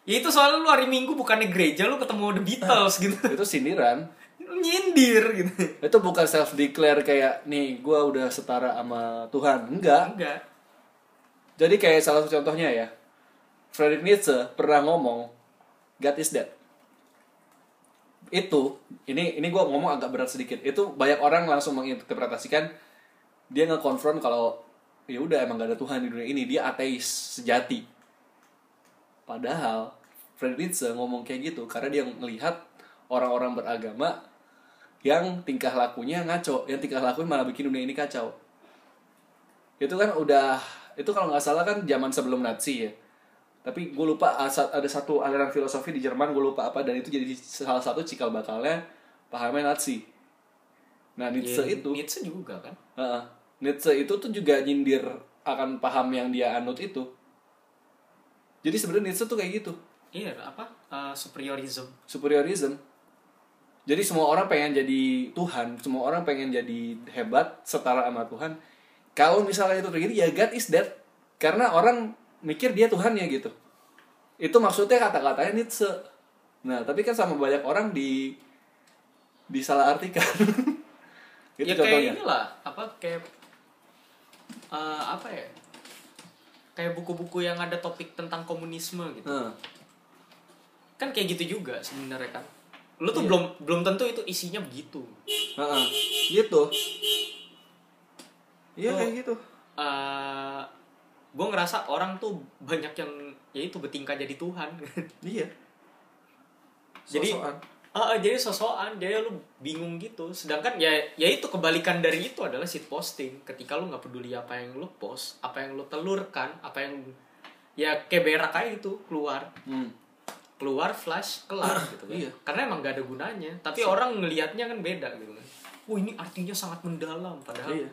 S2: Ya itu soalnya lu hari Minggu bukannya gereja lu ketemu The Beatles gitu.
S3: itu sindiran
S2: Lu Nyindir gitu.
S3: itu bukan self declare kayak nih gua udah setara sama Tuhan enggak
S2: Enggak.
S3: jadi kayak salah satu contohnya ya Friedrich Nietzsche pernah ngomong God is dead itu ini ini gua ngomong agak berat sedikit itu banyak orang langsung menginterpretasikan dia ngekonfront kalau ya udah emang gak ada Tuhan di dunia ini dia ateis sejati padahal Friedrich Nietzsche ngomong kayak gitu karena dia melihat orang-orang beragama yang tingkah lakunya ngaco yang tingkah lakunya malah bikin dunia ini kacau itu kan udah itu kalau nggak salah kan zaman sebelum Nazi ya tapi gue lupa asa- ada satu aliran filosofi di Jerman gue lupa apa dan itu jadi salah satu cikal bakalnya pahamnya Nazi nah Nietzsche
S2: Ya,
S3: itu
S2: Nietzsche juga kan.
S3: Heeh. Nietzsche itu tuh juga nyindir akan paham yang dia anut itu. Jadi sebenarnya Nietzsche tuh kayak gitu,
S2: Iya apa? Eh, superiorism.
S3: superiorism. Jadi semua orang pengen jadi Tuhan, semua orang pengen jadi hebat, setara sama Tuhan. Kalau misalnya itu terjadi, ya God is dead. Karena orang mikir dia Tuhannya gitu. Itu maksudnya kata-katanya Nietzsche. Nah, tapi kan sama banyak orang di disalahartikan. itu
S2: ya
S3: Gitu contohnya.
S2: kayak inilah apa kayak eh, apa ya kayak buku-buku yang ada topik tentang komunisme gitu
S3: Heeh.
S2: kan kayak gitu juga sebenarnya kan lu tuh belum belum tentu itu isinya begitu
S3: Heeh. Gitu.
S5: Iya
S2: Tuh.
S5: kayak gitu.
S2: eh gue ngerasa orang tuh banyak yang ya itu bertingkah jadi Tuhan
S5: Iya.
S2: Jadi-
S5: Sosokan.
S2: Ah, ah, jadi sosokan jadi lu bingung gitu sedangkan ya ya itu kebalikan dari itu adalah shit posting ketika lu nggak peduli apa yang lu post apa yang lu telurkan apa yang ya keberak aja gitu keluar
S3: Hmm.
S2: keluar flash kelar gitu kan
S3: Iya.
S2: karena emang gak ada gunanya tapi orang ngelihatnya kan beda gitu kan wah ini artinya sangat mendalam padahal
S3: Iya.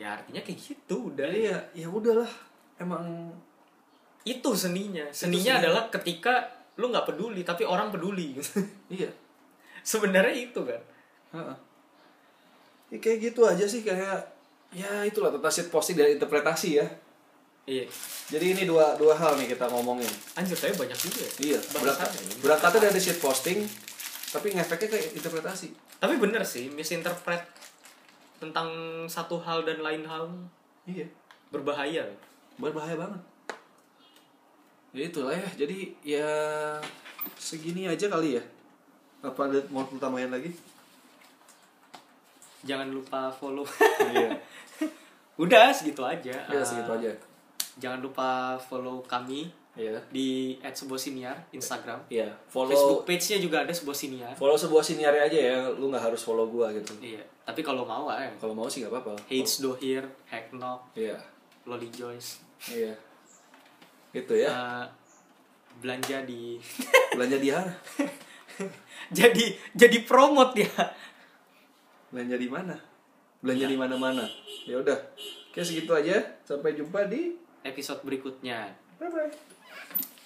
S2: ya artinya kayak gitu udah
S5: Jadi ya ya udahlah emang
S2: itu seninya seninya adalah ketika lu nggak peduli tapi orang peduli
S5: iya.
S2: sebenarnya itu kan
S5: Heeh.
S3: Ya, kayak gitu aja sih kayak ya itulah tentang shit posting dan interpretasi ya.
S2: iya
S3: Jadi ini dua dua hal nih kita ngomongin.
S2: anjir tapi banyak juga ya
S3: Iya, berangkat,
S2: bahasannya ini.
S3: berangkatnya dari shit posting tapi ngefeknya ke interpretasi.
S2: tapi bener sih misinterpret tentang satu hal dan lain hal
S3: Iya.
S2: berbahaya
S3: berbahaya banget ya itulah ya jadi ya segini aja kali ya apa ada mau lu tambahin lagi
S2: jangan lupa follow
S3: iya
S2: udah segitu aja
S3: ya segitu
S2: Ah,
S3: aja
S2: jangan lupa follow kami
S3: iya
S2: di @sebosiniar Instagram
S3: iya
S2: Facebook
S3: follow
S2: page-nya juga ada sebosiniar
S3: follow sebuah siniar aja ya lu nggak harus follow gua gitu
S2: iya tapi kalau mau aja
S3: kalau mau sih nggak apa-apa
S2: Hates Dohir Hacknock
S3: iya
S2: Loli Joyce
S3: iya gitu ya
S2: Eh, belanja di
S3: belanja di mana
S2: jadi jadi promote ya
S3: belanja di mana belanja di mana-mana ya udah oke segitu aja sampai jumpa di
S2: episode berikutnya
S3: bye bye